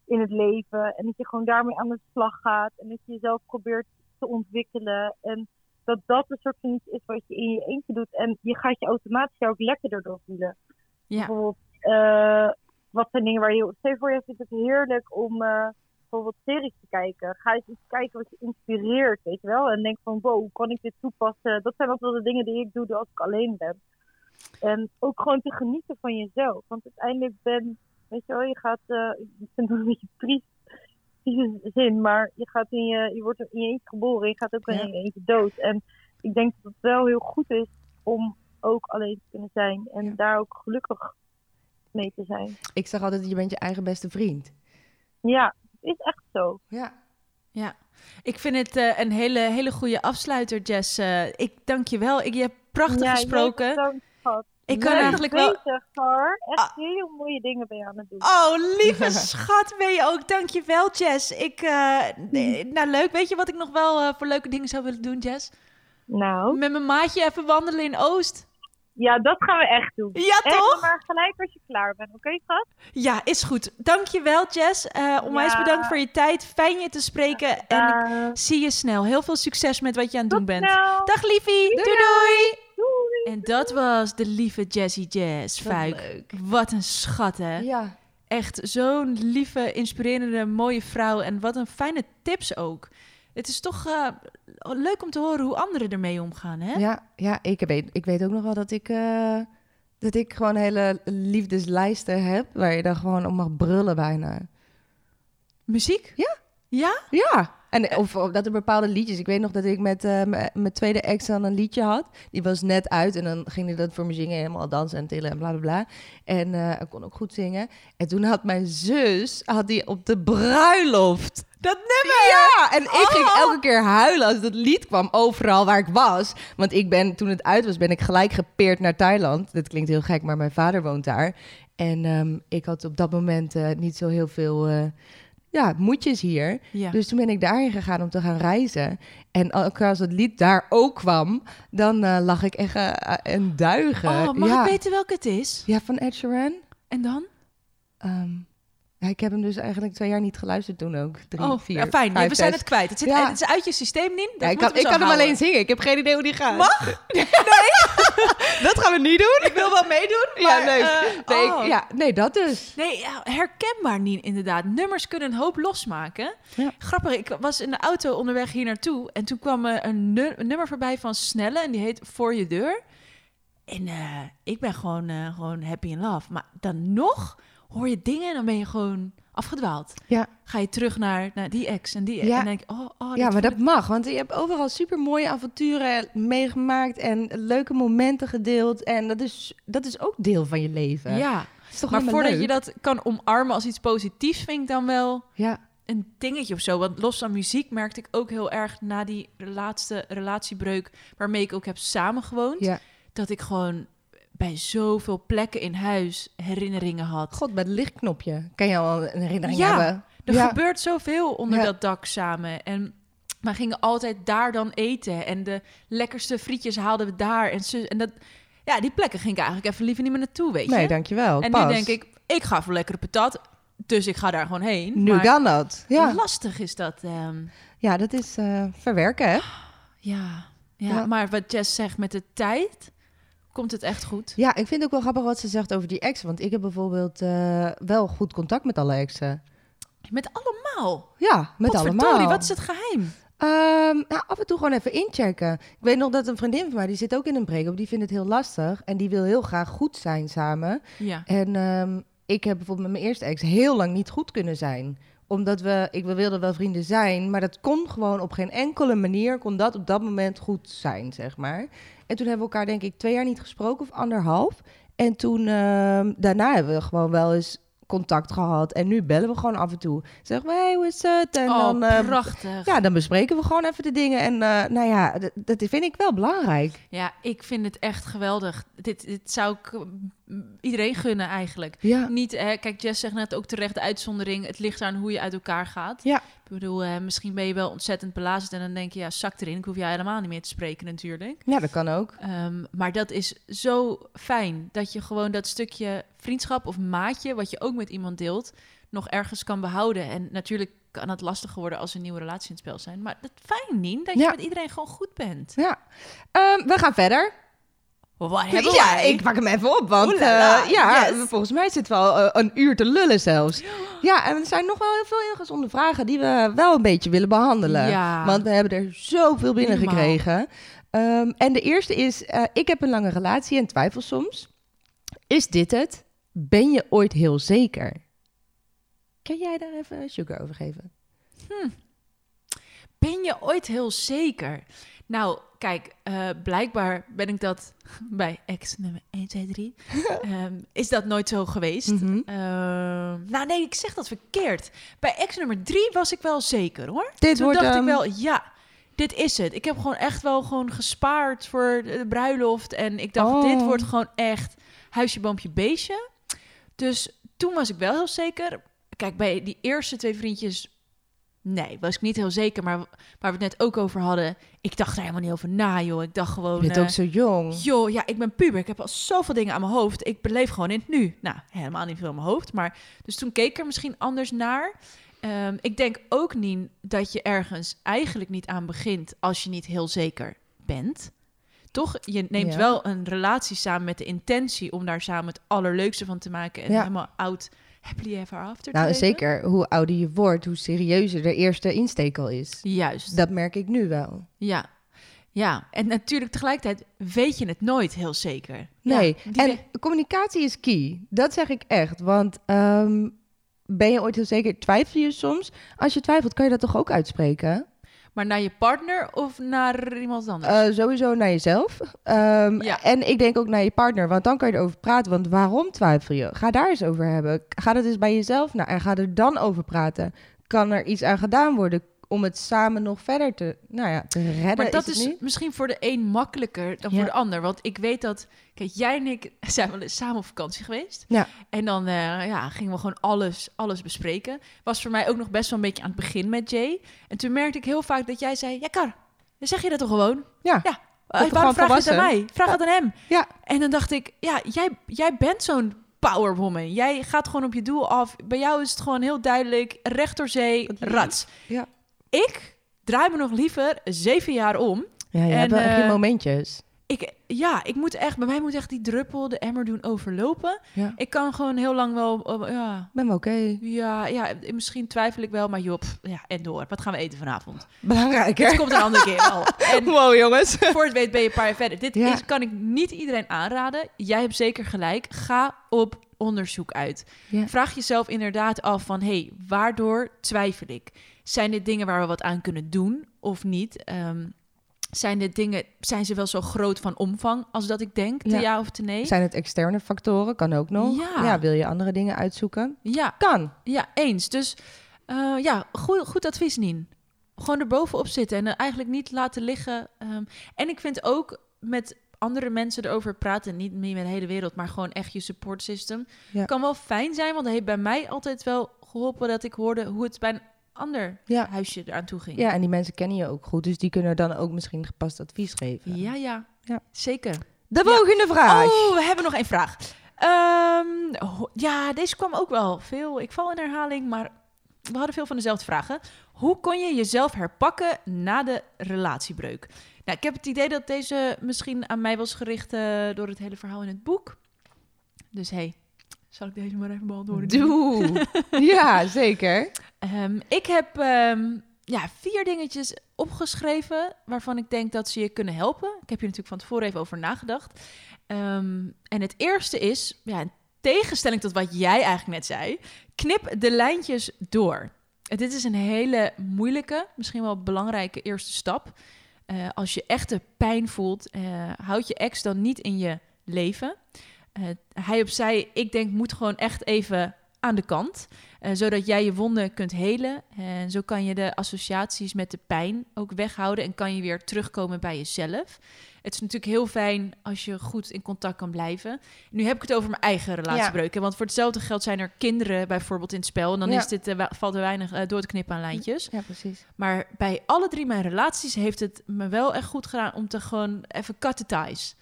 Speaker 1: in het leven? En dat je gewoon daarmee aan de slag gaat en dat je jezelf probeert te ontwikkelen. En dat dat een soort van iets is wat je in je eentje doet. En je gaat je automatisch daar ook lekkerder door voelen.
Speaker 4: Ja.
Speaker 1: Bijvoorbeeld, eh, wat zijn dingen waar je... Stel je voor, je vindt het heerlijk om eh, bijvoorbeeld series te kijken. Ga eens iets kijken wat je inspireert, weet je wel. En denk van, wow, hoe kan ik dit toepassen? Dat zijn ook wel de dingen die ik doe als ik alleen ben. En ook gewoon te genieten van jezelf. Want uiteindelijk ben... Weet je wel, je gaat... eh ik vind het een beetje triest. trieste zin, maar je, gaat in je, je wordt in je eentje geboren. Je gaat ook in
Speaker 5: Ja.
Speaker 1: je eentje dood. En ik denk dat het wel heel goed is om ook alleen te kunnen zijn. En
Speaker 5: Ja.
Speaker 1: daar ook gelukkig mee te zijn.
Speaker 5: Ik zag altijd, je bent je eigen beste vriend.
Speaker 1: Ja, het is echt zo.
Speaker 5: Ja.
Speaker 4: Ja, ik vind het eh, een hele, hele goede afsluiter, Jess. Eh, ik dank je wel. Ik, je hebt prachtig
Speaker 1: ja,
Speaker 4: gesproken.
Speaker 1: jij bent schat.
Speaker 4: ik kan
Speaker 1: Leuk
Speaker 4: eigenlijk wel...
Speaker 1: bezig, hoor. Echt
Speaker 4: Ah.
Speaker 1: heel mooie dingen ben je aan het doen.
Speaker 4: Oh, lieve schat ben je ook. Dank je wel, Jess. Ik, eh, nee,
Speaker 1: Mm.
Speaker 4: nou, leuk. Weet je wat ik nog wel eh, voor leuke dingen zou willen doen, Jess?
Speaker 1: Nou,
Speaker 4: Met mijn maatje even wandelen in Oost.
Speaker 1: ja, dat gaan we echt doen.
Speaker 4: Ja,
Speaker 1: Echt,
Speaker 4: toch?
Speaker 1: maar gelijk als je klaar bent, oké schat?
Speaker 4: Ja, is goed. Dank je wel, Jess. Eh onwijs
Speaker 1: Ja.
Speaker 4: bedankt voor je tijd. Fijn je te spreken. En
Speaker 1: Ja.
Speaker 4: ik zie je snel. Heel veel succes met wat je aan het doen
Speaker 1: Tot
Speaker 4: bent.
Speaker 1: snel.
Speaker 4: Dag, liefie. Doei, doei.
Speaker 1: Doei.
Speaker 4: En dat was de lieve Jessie Jazz.
Speaker 5: Wat
Speaker 4: Fuik.
Speaker 5: leuk.
Speaker 4: Wat een schat, hè?
Speaker 5: Ja.
Speaker 4: Echt zo'n lieve, inspirerende, mooie vrouw. En wat een fijne tips ook. Het is toch eh, leuk om te horen hoe anderen ermee omgaan, hè?
Speaker 5: Ja, ja ik, weet, ik weet ook nog wel dat ik, eh, dat ik gewoon hele liefdeslijsten heb... waar je dan gewoon op mag brullen bijna.
Speaker 4: Muziek?
Speaker 5: Ja.
Speaker 4: Ja?
Speaker 5: Ja. En of, of dat er bepaalde liedjes... Ik weet nog dat ik met eh, m- mijn tweede ex dan een liedje had. Die was net uit en dan ging hij dat voor me zingen. Helemaal dansen en tillen en bla bla bla. En eh, hij kon ook goed zingen. En toen had mijn zus had die op de bruiloft.
Speaker 4: Dat nummer!
Speaker 5: Ja, en ik ging
Speaker 4: Oh.
Speaker 5: elke keer huilen als dat lied kwam overal waar ik was. Want ik ben, toen het uit was, ben ik gelijk gepeerd naar Thailand. Dat klinkt heel gek, maar mijn vader woont daar. En ehm, ik had op dat moment eh, niet zo heel veel eh ja, moedjes hier.
Speaker 4: Ja.
Speaker 5: Dus toen ben ik daarheen gegaan om te gaan reizen. En elke keer als het lied daar ook kwam, dan eh, lag ik echt eh, een duigen.
Speaker 4: Oh, mag
Speaker 5: Eh, ja.
Speaker 4: ik weten welke het is?
Speaker 5: Ja, van Ed Sheeran.
Speaker 4: En dan?
Speaker 5: Ehm, Ja, ik heb hem dus eigenlijk twee jaar niet geluisterd toen ook. Drie,
Speaker 4: oh,
Speaker 5: vier,
Speaker 4: ja, fijn. Nee,
Speaker 5: vijf,
Speaker 4: we zijn
Speaker 5: zes.
Speaker 4: het kwijt. Het, zit,
Speaker 5: Ja.
Speaker 4: het is uit je systeem, Nien. Dat
Speaker 5: Ja,
Speaker 4: moeten
Speaker 5: ik kan,
Speaker 4: we
Speaker 5: ik
Speaker 4: zo
Speaker 5: kan hem
Speaker 4: houden.
Speaker 5: alleen zingen. Ik heb geen idee hoe die gaat.
Speaker 4: Mag?
Speaker 5: Dat gaan we niet doen.
Speaker 4: Ik wil wel meedoen, maar...
Speaker 5: Ja, leuk.
Speaker 4: eh,
Speaker 5: nee,
Speaker 4: oh.
Speaker 5: ik- ja, nee, dat dus.
Speaker 4: Nee, ja, herkenbaar niet inderdaad. Nummers kunnen een hoop losmaken.
Speaker 5: Ja.
Speaker 4: Grappig, ik was in de auto onderweg hier naartoe en toen kwam eh, een, nu- een nummer voorbij van Snelle en die heet Voor je deur. En eh, ik ben gewoon, eh, gewoon happy in love. Maar dan nog hoor je dingen en dan ben je gewoon afgedwaald.
Speaker 5: Ja.
Speaker 4: Ga je terug naar, naar die ex en die ex.
Speaker 5: Ja.
Speaker 4: En dan denk ik, oh, oh dit
Speaker 5: ja, maar
Speaker 4: voel
Speaker 5: dat mag. Want je hebt overal super mooie avonturen meegemaakt en leuke momenten gedeeld. En dat is, dat is ook deel van je leven.
Speaker 4: ik- Ja,
Speaker 5: Dat is toch
Speaker 4: maar
Speaker 5: helemaal
Speaker 4: voordat je
Speaker 5: leuk?
Speaker 4: dat kan omarmen als iets positiefs, vind ik dan wel...
Speaker 5: Ja,
Speaker 4: een dingetje of zo. Want los van muziek merkte ik ook heel erg na die laatste relatiebreuk waarmee ik ook heb samengewoond.
Speaker 5: ja.
Speaker 4: Dat ik gewoon bij zoveel plekken in huis herinneringen had.
Speaker 5: God, bij het lichtknopje kan je al een herinnering
Speaker 4: Ja,
Speaker 5: hebben.
Speaker 4: Er
Speaker 5: ja.
Speaker 4: gebeurt zoveel onder
Speaker 5: Ja.
Speaker 4: dat dak samen. En we gingen altijd daar dan eten. En de lekkerste frietjes haalden we daar. En, zo, en dat, ja, die plekken ging ik eigenlijk even liever niet meer naartoe, weet je.
Speaker 5: Nee, dankjewel.
Speaker 4: en
Speaker 5: Pas.
Speaker 4: nu denk ik, ik ga voor lekkere patat. Dus ik ga daar gewoon heen.
Speaker 5: Nu
Speaker 4: maar
Speaker 5: kan dat. Ja,
Speaker 4: lastig is dat. ehm,
Speaker 5: ja dat is eh, verwerken, hè?
Speaker 4: Ja, ja,
Speaker 5: Ja.
Speaker 4: maar wat Jess zegt, met de tijd komt het echt goed.
Speaker 5: Ja, ik vind het ook wel grappig wat ze zegt over die ex. Want ik heb bijvoorbeeld eh, wel goed contact met alle exen.
Speaker 4: Met allemaal.
Speaker 5: Ja, met
Speaker 4: Potverdorie,
Speaker 5: allemaal.
Speaker 4: wat is het geheim?
Speaker 5: Ehm, nou, af en toe gewoon even inchecken. Ik weet nog dat een vriendin van mij, die zit ook in een break-up, die vindt het heel lastig. En die wil heel graag goed zijn samen.
Speaker 4: Ja.
Speaker 5: En ehm, ik heb bijvoorbeeld met mijn eerste ex heel lang niet goed kunnen zijn. Omdat we, ik we wilden wel vrienden zijn, maar dat kon gewoon op geen enkele manier, kon dat op dat moment goed zijn, zeg maar. En toen hebben we elkaar denk ik twee jaar niet gesproken of anderhalf. En toen, ehm, daarna hebben we gewoon wel eens contact gehad. En nu bellen we gewoon af en toe. Zeggen we, hey, hoe is het? En
Speaker 4: oh,
Speaker 5: dan eh,
Speaker 4: prachtig. Ja.
Speaker 5: ja, dan bespreken we gewoon even de dingen. En eh, nou ja, d- dat vind ik wel belangrijk.
Speaker 4: ik vind het echt geweldig. Dit, dit zou ik eh, m- iedereen gunnen eigenlijk.
Speaker 5: Ja.
Speaker 4: Niet, eh, kijk, Jess zegt net ook terecht de uitzondering. Het ligt aan hoe je uit elkaar gaat.
Speaker 5: Ja.
Speaker 4: Ik bedoel, eh, misschien ben je wel ontzettend belazerd en dan denk je, ja, zak erin. Ik hoef jou helemaal niet meer te spreken natuurlijk.
Speaker 5: Ja, dat kan ook.
Speaker 4: Ehm, maar dat is zo fijn dat je gewoon dat stukje vriendschap of maatje, wat je ook met iemand deelt, nog ergens kan behouden. En natuurlijk kan het lastiger worden als er nieuwe relaties in het spel zijn. Maar dat fijn, Nien, dat je
Speaker 5: Ja.
Speaker 4: met iedereen gewoon goed bent.
Speaker 5: Ja. Ehm, we gaan verder.
Speaker 4: Wat hebben
Speaker 5: ja,
Speaker 4: wij?
Speaker 5: ik pak hem even op, want
Speaker 4: Oeh la la,
Speaker 5: eh, ja,
Speaker 4: yes.
Speaker 5: volgens mij zit wel eh, een uur te lullen zelfs. Ja, en er zijn nog wel heel veel ingezonde vragen die we wel een beetje willen behandelen.
Speaker 4: Ja.
Speaker 5: Want we hebben er zoveel binnen
Speaker 4: Helemaal.
Speaker 5: gekregen. Ehm, en de eerste is, eh, ik heb een lange relatie en twijfel soms. Is dit het? Ben je ooit heel zeker? Kan jij daar even sugar over geven?
Speaker 4: Ben je ooit heel zeker? Nou, kijk, eh, blijkbaar ben ik dat bij ex nummer 1, 2, 3. ehm, is dat nooit zo geweest?
Speaker 5: Mhm.
Speaker 4: Ehm, nou, nee, ik zeg dat verkeerd. Bij ex nummer 3 was ik wel zeker hoor.
Speaker 5: Dit
Speaker 4: Toen
Speaker 5: wordt,
Speaker 4: dacht
Speaker 5: ehm,
Speaker 4: ik wel, ja, dit is het. Ik heb gewoon echt wel gewoon gespaard voor de bruiloft. En ik dacht,
Speaker 5: Oh.
Speaker 4: dit wordt gewoon echt huisje, boompje, beestje. Dus toen was ik wel heel zeker. Kijk, bij die eerste twee vriendjes, nee, was ik niet heel zeker. Maar waar we het net ook over hadden, ik dacht er helemaal niet over na, joh. Ik dacht gewoon...
Speaker 5: Je bent ook
Speaker 4: eh,
Speaker 5: zo jong.
Speaker 4: Joh, ja, ik ben puber. Ik heb al zoveel dingen aan mijn hoofd. Ik beleef gewoon in het nu. Nou, helemaal niet veel in mijn hoofd. Maar dus toen keek ik er misschien anders naar. Ehm, ik denk ook niet dat je ergens eigenlijk niet aan begint als je niet heel zeker bent. Toch? Je neemt
Speaker 5: Ja.
Speaker 4: wel een relatie samen met de intentie om daar samen het allerleukste van te maken. En
Speaker 5: Ja.
Speaker 4: helemaal oud happily ever after te
Speaker 5: Nou,
Speaker 4: leven.
Speaker 5: zeker hoe ouder je wordt, hoe serieuzer de eerste insteek al is.
Speaker 4: Juist.
Speaker 5: Dat merk ik nu wel.
Speaker 4: Ja. Ja, en natuurlijk tegelijkertijd weet je het nooit heel zeker.
Speaker 5: Nee,
Speaker 4: Ja, die
Speaker 5: en
Speaker 4: we-
Speaker 5: communicatie is key. Dat zeg ik echt. Want ehm, ben je ooit heel zeker? Twijfel je soms? Als je twijfelt, kan je dat toch ook uitspreken?
Speaker 4: Maar naar je partner of naar iemand anders?
Speaker 5: Eh, sowieso naar jezelf. Ehm,
Speaker 4: Ja.
Speaker 5: En ik denk ook naar je partner, want dan kan je erover praten. Want waarom twijfel je? Ga daar eens over hebben. Ga dat eens bij jezelf na en ga er dan over praten. Kan er iets aan gedaan worden om het samen nog verder te, nou ja, te
Speaker 4: maar
Speaker 5: redden?
Speaker 4: dat
Speaker 5: het
Speaker 4: is,
Speaker 5: niet?
Speaker 4: misschien voor de een makkelijker dan
Speaker 5: Ja.
Speaker 4: voor de ander. Want ik weet dat... Kijk, jij en ik zijn wel eens samen op vakantie geweest.
Speaker 5: Ja.
Speaker 4: En dan eh, ja, gingen we gewoon alles, alles bespreken. Was voor mij ook nog best wel een beetje aan het begin met Jay. En toen merkte ik heel vaak dat jij zei... Ja, Kar, dan zeg je dat toch gewoon?
Speaker 5: Ja.
Speaker 4: ja.
Speaker 5: toch
Speaker 4: waarom vraag
Speaker 5: gewoon
Speaker 4: je het aan
Speaker 5: volwassen?
Speaker 4: mij? Vraag het aan hem.
Speaker 5: Ja.
Speaker 4: En dan dacht ik, ja, jij, jij bent zo'n powerwoman. Jij gaat gewoon op je doel af. Bij jou is het gewoon heel duidelijk, rechterzee,
Speaker 5: Wat lief.
Speaker 4: rats.
Speaker 5: Ja.
Speaker 4: Ik draai me nog liever zeven jaar om.
Speaker 5: Ja, je
Speaker 4: En,
Speaker 5: hebt wel echt je
Speaker 4: eh,
Speaker 5: momentjes.
Speaker 4: Ik, ja, ik moet echt, bij mij moet echt die druppel de emmer doen overlopen.
Speaker 5: Ja.
Speaker 4: Ik kan gewoon heel lang wel, eh, ja,
Speaker 5: ben wel oké.
Speaker 4: ja, ja, misschien twijfel ik wel, maar joh, pff, ja, en door. Wat gaan we eten vanavond? Het
Speaker 5: Belangrijker.
Speaker 4: komt een andere keer wel. En
Speaker 5: Wow, jongens.
Speaker 4: voor het weet ben je een paar jaar verder. Dit
Speaker 5: Ja.
Speaker 4: is, kan ik niet iedereen aanraden. Jij hebt zeker gelijk. Ga op onderzoek uit.
Speaker 5: Ja.
Speaker 4: Vraag jezelf inderdaad af van... hey, waardoor twijfel ik? Zijn dit dingen waar we wat aan kunnen doen of niet? Ehm, zijn dit dingen... zijn ze wel zo groot van omvang als dat ik denk? Te ja,
Speaker 5: Ja.
Speaker 4: of te nee?
Speaker 5: Zijn het externe factoren? Kan ook nog.
Speaker 4: Ja.
Speaker 5: wil je andere dingen uitzoeken?
Speaker 4: Ja,
Speaker 5: Kan.
Speaker 4: ja, eens. Dus eh, ja, goed, goed advies, Nien. Gewoon erbovenop zitten en eh, eigenlijk niet laten liggen. ehm. en ik vind ook met andere mensen erover praten, niet meer met de hele wereld, maar gewoon echt je support system,
Speaker 5: Ja.
Speaker 4: kan wel fijn zijn, want dat heeft bij mij altijd wel geholpen dat ik hoorde hoe het bij een ander
Speaker 5: Ja.
Speaker 4: huisje eraan toe ging.
Speaker 5: Ja, en die mensen kennen je ook goed, dus die kunnen dan ook misschien gepast advies geven.
Speaker 4: ja, ja,
Speaker 5: Ja.
Speaker 4: zeker.
Speaker 5: De volgende vraag.
Speaker 4: Oh, we hebben nog één vraag. Ehm, ho- ja, deze kwam ook wel veel. Ik val in herhaling, maar we hadden veel van dezelfde vragen. Hoe kon je jezelf herpakken na de relatiebreuk? Nou, ik heb het idee dat deze misschien aan mij was gericht eh, door het hele verhaal in het boek. Dus hey, zal ik deze maar even beantwoorden?
Speaker 5: Doe. ja, zeker.
Speaker 4: Ehm, ik heb ehm, ja, vier dingetjes opgeschreven waarvan ik denk dat ze je kunnen helpen. Ik heb hier natuurlijk van tevoren even over nagedacht. Ehm, en het eerste is, ja, in tegenstelling tot wat jij eigenlijk net zei, knip de lijntjes door. En Dit is een hele moeilijke, misschien wel belangrijke eerste stap. Eh, als je echte pijn voelt, eh houd je ex dan niet in je leven. Eh, hij of zij, ik denk, moet gewoon echt even aan de kant. Eh, zodat jij je wonden kunt helen. En zo kan je de associaties met de pijn ook weghouden en kan je weer terugkomen bij jezelf. Het is natuurlijk heel fijn als je goed in contact kan blijven. Nu heb ik het over mijn eigen relatiebreuken. Want voor hetzelfde geld zijn er kinderen bijvoorbeeld in het spel. En dan
Speaker 5: Ja. Mm-hmm.
Speaker 4: is dit, eh, wa- valt er weinig eh, door te knippen aan lijntjes.
Speaker 5: Ja, precies.
Speaker 4: Maar bij alle drie mijn relaties heeft het me wel echt goed gedaan om te gewoon even cut the ties.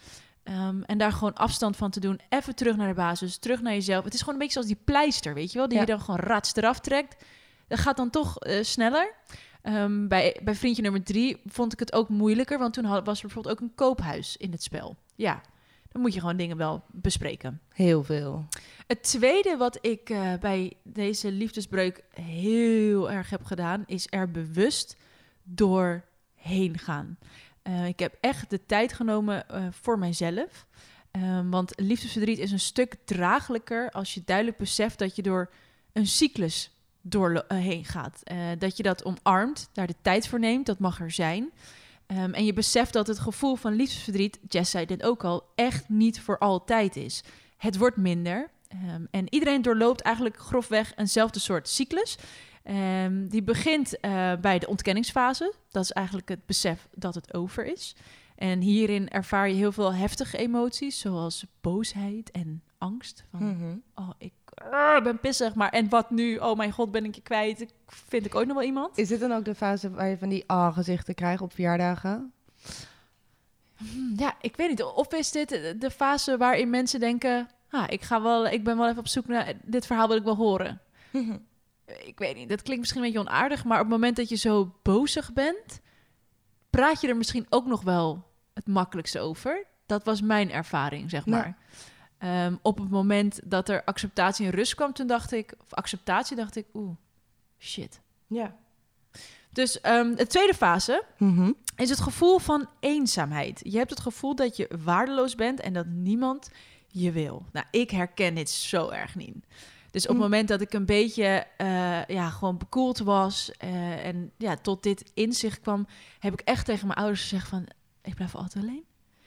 Speaker 4: Ehm, en daar gewoon afstand van te doen. Even terug naar de basis, terug naar jezelf. Het is gewoon een beetje zoals die pleister, weet je wel? Die
Speaker 5: Ja.
Speaker 4: je dan gewoon rats eraf trekt. Dat gaat dan toch eh, sneller. Ehm, bij, bij vriendje nummer drie vond ik het ook moeilijker. Want toen had, was er bijvoorbeeld ook een koophuis in het spel. Ja, dan moet je gewoon dingen wel bespreken.
Speaker 5: Heel veel.
Speaker 4: Het tweede wat ik eh, bij deze liefdesbreuk heel erg heb gedaan, is er bewust doorheen gaan. Eh, ik heb echt de tijd genomen eh, voor mijzelf. Eh, want liefdesverdriet is een stuk draaglijker als je duidelijk beseft dat je door een cyclus doorheen gaat. Eh, dat je dat omarmt, daar de tijd voor neemt, dat mag er zijn. Ehm, en je beseft dat het gevoel van liefdesverdriet, Jess zei dit ook al, echt niet voor altijd is het wordt minder. Ehm, en iedereen doorloopt eigenlijk grofweg eenzelfde soort cyclus. Ehm, die begint eh, bij de ontkenningsfase. Dat is eigenlijk het besef dat het over is. En hierin ervaar je heel veel heftige emoties, zoals boosheid en angst. Van,
Speaker 5: Mhm.
Speaker 4: Oh, ik ah, ben pissig, maar en wat nu? Oh mijn god, ben ik je kwijt? Ik- Vind ik ooit nog wel iemand?
Speaker 5: Is dit dan ook de fase waar je van die ah-gezichten krijgt op verjaardagen?
Speaker 4: Hmm, Ja, ik weet niet. Of is dit eh, de fase waarin mensen denken... Ah, ik, ga wel, ik ben wel even op zoek naar... Dit verhaal wil ik wel horen. ik weet niet, dat klinkt misschien een beetje onaardig, maar op het moment dat je zo bozig bent, praat je er misschien ook nog wel het makkelijkste over. Dat was mijn ervaring, zeg
Speaker 5: Ja.
Speaker 4: maar. Ehm, op het moment dat er acceptatie en rust kwam, toen dacht ik, of acceptatie, dacht ik, oeh, shit.
Speaker 5: Ja.
Speaker 4: Dus ehm, de tweede fase,
Speaker 5: Mhm.
Speaker 4: is het gevoel van eenzaamheid. Je hebt het gevoel dat je waardeloos bent en dat niemand je wil. Nou, ik herken dit zo erg niet. Dus op het
Speaker 5: Mm.
Speaker 4: moment dat ik een beetje eh, ja, gewoon bekoeld was eh, en ja, tot dit inzicht kwam, heb ik echt tegen mijn ouders gezegd van, ik blijf altijd alleen.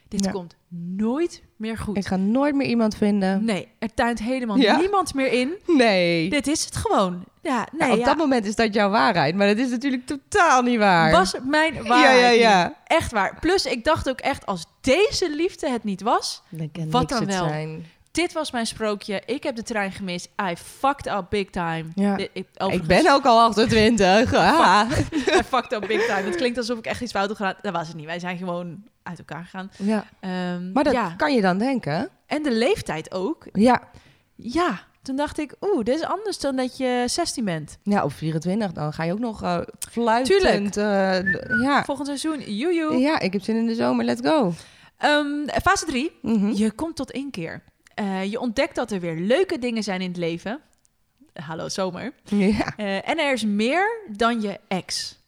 Speaker 4: Dit
Speaker 5: Ja.
Speaker 4: komt nooit meer goed.
Speaker 5: Ik ga nooit meer iemand vinden.
Speaker 4: Nee, er tuint helemaal
Speaker 5: Ja.
Speaker 4: niemand meer in.
Speaker 5: Nee.
Speaker 4: Dit is het gewoon. Ja, nee,
Speaker 5: Ja, op
Speaker 4: nou ja,
Speaker 5: dat moment is dat jouw waarheid, maar dat is natuurlijk totaal niet waar.
Speaker 4: was mijn waarheid.
Speaker 5: Ja, ja, ja.
Speaker 4: niet. Echt waar. Plus, ik dacht ook echt, als deze liefde het niet was, Wat niks dan het wel?
Speaker 5: Zijn.
Speaker 4: Dit was mijn sprookje. Ik heb de trein gemist. I fucked up big time.
Speaker 5: Ja.
Speaker 4: Dit- Ik,
Speaker 5: Ik
Speaker 4: overigens,
Speaker 5: ben ook al 28. Ah.
Speaker 4: I fucked up big time. Het klinkt alsof ik echt iets fout heb gedaan. Dat was het niet. Wij zijn gewoon uit elkaar gegaan.
Speaker 5: Ja.
Speaker 4: Ehm,
Speaker 5: Maar dat
Speaker 4: ja.
Speaker 5: kan je dan denken.
Speaker 4: En de leeftijd ook.
Speaker 5: Ja.
Speaker 4: Ja, toen dacht ik, oeh, dit is anders dan dat je 16 bent.
Speaker 5: Ja, of 24, dan ga je ook nog eh fluitend.
Speaker 4: Tuurlijk.
Speaker 5: eh, d- ja.
Speaker 4: Volgend seizoen, joejoe.
Speaker 5: ja, ik heb zin in de zomer, let's go.
Speaker 4: Ehm, fase 3.
Speaker 5: Mhm.
Speaker 4: Je komt tot inkeer. Eh, je ontdekt dat er weer leuke dingen zijn in het leven. Hallo zomer.
Speaker 5: Ja.
Speaker 4: Eh, en er is meer dan je ex.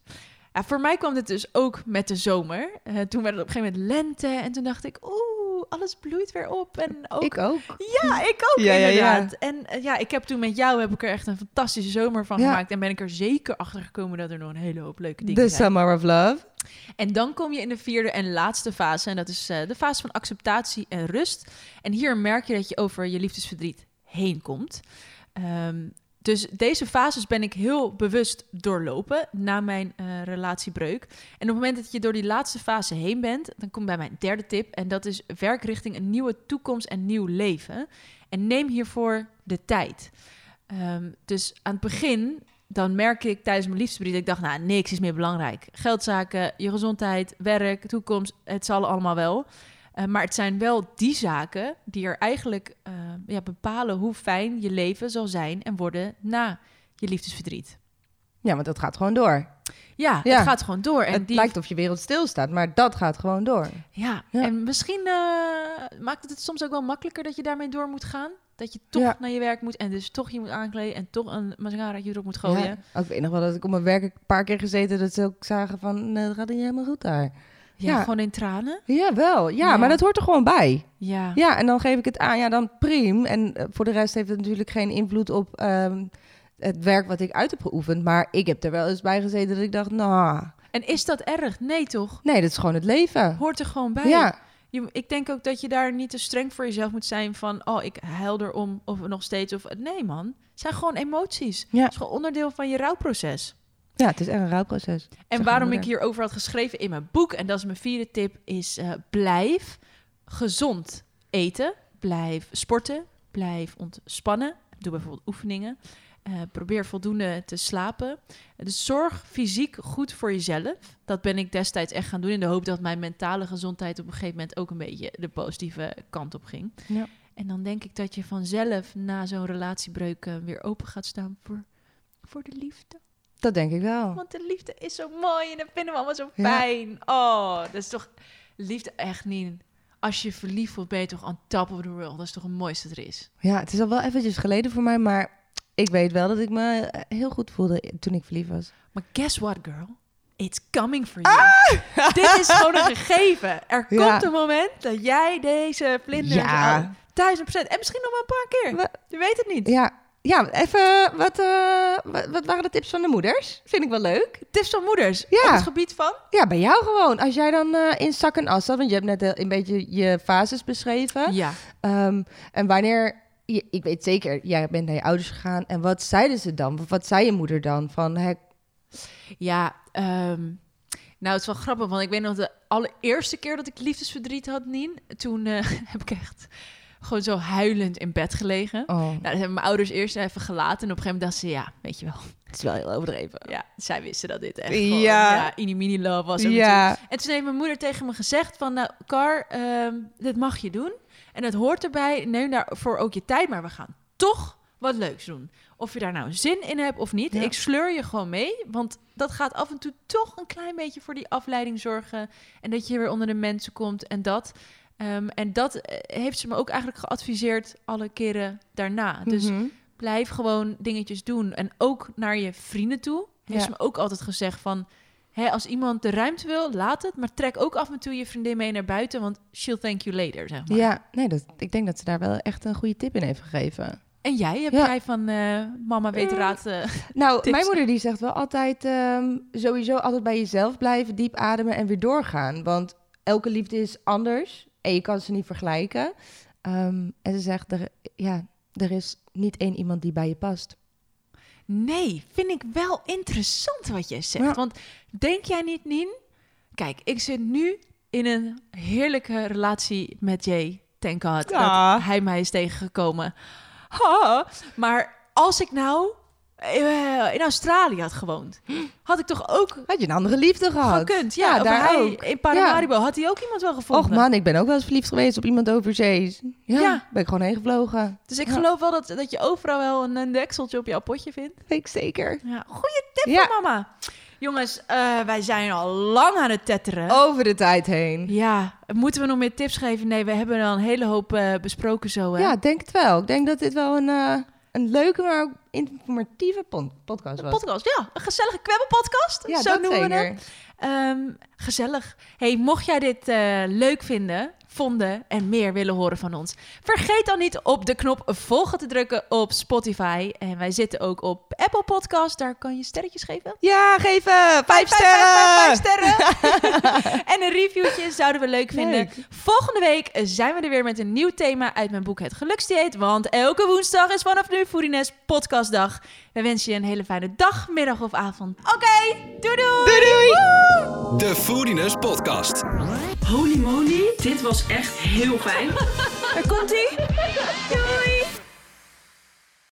Speaker 4: Ja, voor mij kwam dit dus ook met de zomer. Eh, toen werd het op een gegeven moment lente. En toen dacht ik, oeh, alles bloeit weer op. En ook...
Speaker 5: Ik ook.
Speaker 4: Ja, ik ook
Speaker 5: Ja, ja, ja.
Speaker 4: inderdaad. En eh, ja, ik heb toen met jou heb ik er echt een fantastische zomer van
Speaker 5: Ja.
Speaker 4: gemaakt. En ben ik er zeker achter gekomen dat er nog een hele hoop leuke dingen
Speaker 5: The
Speaker 4: zijn.
Speaker 5: Summer of Love.
Speaker 4: En dan kom je in de vierde en laatste fase. En dat is eh, de fase van acceptatie en rust. En hier merk je dat je over je liefdesverdriet heen komt. Ehm, dus deze fases ben ik heel bewust doorlopen na mijn eh, relatiebreuk. En op het moment dat je door die laatste fase heen bent, dan kom ik bij mijn derde tip. En dat is werk richting een nieuwe toekomst en nieuw leven. En neem hiervoor de tijd. Ehm, dus aan het begin, dan merk ik tijdens mijn liefdesbrief... dat ik dacht, nou, niks is meer belangrijk. Geldzaken, je gezondheid, werk, toekomst, het zal allemaal wel. Eh, maar het zijn wel die zaken die er eigenlijk eh, ja, bepalen... hoe fijn je leven zal zijn en worden na je liefdesverdriet.
Speaker 5: Ja, want dat gaat gewoon door.
Speaker 4: Ja,
Speaker 5: Ja.
Speaker 4: het gaat gewoon door. En
Speaker 5: het
Speaker 4: die,
Speaker 5: lijkt of je wereld stilstaat, maar dat gaat gewoon door.
Speaker 4: ja,
Speaker 5: Ja.
Speaker 4: en misschien eh, maakt het het soms ook wel makkelijker... dat je daarmee door moet gaan. Dat je toch
Speaker 5: Ja.
Speaker 4: naar je werk moet en dus toch je moet aankleden... en toch een mascara erop moet gooien.
Speaker 5: Ja. Ook weet nog wel dat ik op mijn werk een paar keer gezeten dat ze ook zagen van, nee, dat gaat niet helemaal goed daar. Ja.
Speaker 4: ja. gewoon in tranen.
Speaker 5: Ja, wel. Ja,
Speaker 4: Ja.
Speaker 5: maar dat hoort er gewoon bij.
Speaker 4: Ja.
Speaker 5: Ja, en dan geef ik het aan. Ja, dan prima. En eh, voor de rest heeft het natuurlijk geen invloed op ehm, het werk wat ik uit heb geoefend. Maar ik heb er wel eens bij gezeten dat ik dacht, nou,
Speaker 4: En is dat erg? Nee, toch?
Speaker 5: nee, dat is gewoon het leven.
Speaker 4: Hoort er gewoon bij.
Speaker 5: Ja,
Speaker 4: Je- ik denk ook dat je daar niet te streng voor jezelf moet zijn van... oh, ik huil erom of nog steeds. Of, nee, man. Het zijn gewoon emoties.
Speaker 5: Ja.
Speaker 4: Het is gewoon onderdeel van je rouwproces.
Speaker 5: ja het is echt een rouwproces.
Speaker 4: En
Speaker 5: Zeg
Speaker 4: waarom
Speaker 5: maar,
Speaker 4: ik hierover had geschreven in mijn boek... en dat is mijn vierde tip, is eh, blijf gezond eten. Blijf sporten. Blijf ontspannen. Doe bijvoorbeeld oefeningen. Eh, probeer voldoende te slapen. Dus zorg fysiek goed voor jezelf. Dat ben ik destijds echt gaan doen... in de hoop dat mijn mentale gezondheid op een gegeven moment... ook een beetje de positieve kant op ging.
Speaker 5: Ja.
Speaker 4: En dan denk ik dat je vanzelf na zo'n relatiebreuk... eh, weer open gaat staan voor, voor de liefde.
Speaker 5: Dat denk ik wel.
Speaker 4: Want de liefde is zo mooi en dat vinden we allemaal zo
Speaker 5: Oh. Ja.
Speaker 4: fijn. Oh, dat is toch liefde echt niet. Als je verliefd wordt, ben je toch on top of the world. Dat is toch het mooiste dat er is.
Speaker 5: Ja, het is al wel eventjes geleden voor mij, maar ik weet wel dat ik me eh, heel goed voelde toen ik verliefd was.
Speaker 4: Maar guess what, girl? It's coming for you. Dit is gewoon een gegeven. Er
Speaker 5: Ah! Ja.
Speaker 4: komt een moment dat jij deze vlinder...
Speaker 5: Ja.
Speaker 4: Oh, 1000 en misschien nog wel een paar keer.
Speaker 5: We-
Speaker 4: Je weet het niet.
Speaker 5: Ja, ja even, wat, eh, wat, wat waren de tips van de moeders? Vind ik wel leuk.
Speaker 4: Tips van moeders.
Speaker 5: Ja.
Speaker 4: Op het gebied van...
Speaker 5: Ja, bij jou gewoon. Als jij dan eh, in zak en as zat, want je hebt net eh, een beetje je fases beschreven.
Speaker 4: Ja.
Speaker 5: Ehm, en wanneer, je, ik weet zeker, jij bent naar je ouders gegaan. En wat zeiden ze dan? Of wat zei je moeder dan? Van, hè,
Speaker 4: Ja, ehm, nou, het is wel grappig, want ik weet nog de allereerste keer dat ik liefdesverdriet had, Nien, toen eh, heb ik echt gewoon zo huilend in bed gelegen.
Speaker 5: oh,
Speaker 4: Nou, dat hebben mijn ouders eerst even gelaten en op een gegeven moment dachten ze, ja, weet je wel.
Speaker 5: het is wel heel overdreven.
Speaker 4: Ja, zij wisten dat dit echt gewoon,
Speaker 5: Ja.
Speaker 4: ja. ini mini love was. ook
Speaker 5: Ja,
Speaker 4: en toen heeft mijn moeder tegen me gezegd van... Nou, Kar, ehm, dit mag je doen. En het hoort erbij. Neem daarvoor ook je tijd. Maar we gaan toch wat leuks doen. Of je daar nou zin in hebt of niet.
Speaker 5: Ja.
Speaker 4: Ik sleur je gewoon mee. Want dat gaat af en toe toch een klein beetje voor die afleiding zorgen. En dat je weer onder de mensen komt en dat. Ehm, en dat eh, heeft ze me ook eigenlijk geadviseerd alle keren daarna. Dus
Speaker 5: Mhm.
Speaker 4: blijf gewoon dingetjes doen. En ook naar je vrienden toe. Heeft
Speaker 5: Ja.
Speaker 4: ze me ook altijd gezegd van... Hè, als iemand de ruimte wil, laat het. Maar trek ook af en toe je vriendin mee naar buiten. Want she'll thank you later, zeg maar.
Speaker 5: ja nee, dat, ik denk dat ze daar wel echt een goede tip in heeft gegeven.
Speaker 4: En jij, heb
Speaker 5: Ja.
Speaker 4: jij van eh, mama weet
Speaker 5: Eh.
Speaker 4: raad... eh,
Speaker 5: Nou,
Speaker 4: Tips.
Speaker 5: mijn moeder die zegt wel altijd, ehm, sowieso altijd bij jezelf blijven, diep ademen en weer doorgaan. Want elke liefde is anders en je kan ze niet vergelijken. Ehm, en ze zegt, er, ja, er is niet één iemand die bij je past.
Speaker 4: Nee, vind ik wel interessant wat jij zegt.
Speaker 5: Ja.
Speaker 4: Want denk jij niet, Nien? Kijk, ik zit nu in een heerlijke relatie met Jay. Thank God
Speaker 5: Ja.
Speaker 4: dat hij mij is tegengekomen. Ha. Maar als ik nou eh, in Australië had gewoond, had ik toch ook
Speaker 5: Had je een andere liefde gehad?
Speaker 4: gekund. Ja,
Speaker 5: Ja,
Speaker 4: maar
Speaker 5: daar
Speaker 4: hij-
Speaker 5: ook.
Speaker 4: In Paramaribo had hij ook iemand wel gevonden.
Speaker 5: Och man, ik ben ook wel eens verliefd geweest op iemand overzees. Ja,
Speaker 4: Ja.
Speaker 5: ben ik gewoon heen gevlogen.
Speaker 4: Dus ik
Speaker 5: Ja.
Speaker 4: geloof wel dat, dat je overal wel een, een dekseltje op jouw potje vindt.
Speaker 5: Weet ik zeker.
Speaker 4: Ja. Goeie tip
Speaker 5: Ja.
Speaker 4: van mama. Jongens, eh, wij zijn al lang aan het tetteren.
Speaker 5: Over de tijd heen.
Speaker 4: Ja, moeten we nog meer tips geven? Nee, we hebben al een hele hoop eh, besproken zo. Hè?
Speaker 5: Ja, ik denk het wel. Ik denk dat dit wel een, eh, een leuke, maar ook informatieve pon- podcast
Speaker 4: Een
Speaker 5: was.
Speaker 4: podcast, ja. Een gezellige kwebbelpodcast,
Speaker 5: Ja,
Speaker 4: zo
Speaker 5: dat
Speaker 4: noemen we
Speaker 5: zeker.
Speaker 4: hem. Ehm, gezellig. Hey, mocht jij dit eh, leuk vinden, vonden en meer willen horen van ons, vergeet dan niet op de knop volgen te drukken op Spotify. En wij zitten ook op Apple Podcast. Daar kan je sterretjes geven.
Speaker 5: Ja, geef eh, vijf
Speaker 4: Vijf, vijf, vijf, vijf
Speaker 5: sterren!
Speaker 4: sterren. en een reviewtje zouden we leuk vinden.
Speaker 5: Leuk.
Speaker 4: Volgende week zijn we er weer met een nieuw thema uit mijn boek Het Geluksdieet. Want elke woensdag is vanaf nu Foodiness podcastdag. We wensen je een hele fijne dag, middag of avond. Oké, doei doei!
Speaker 3: De Foodiness Podcast.
Speaker 2: Holy moly, dit was echt heel fijn.
Speaker 4: Daar komt ie. Doei!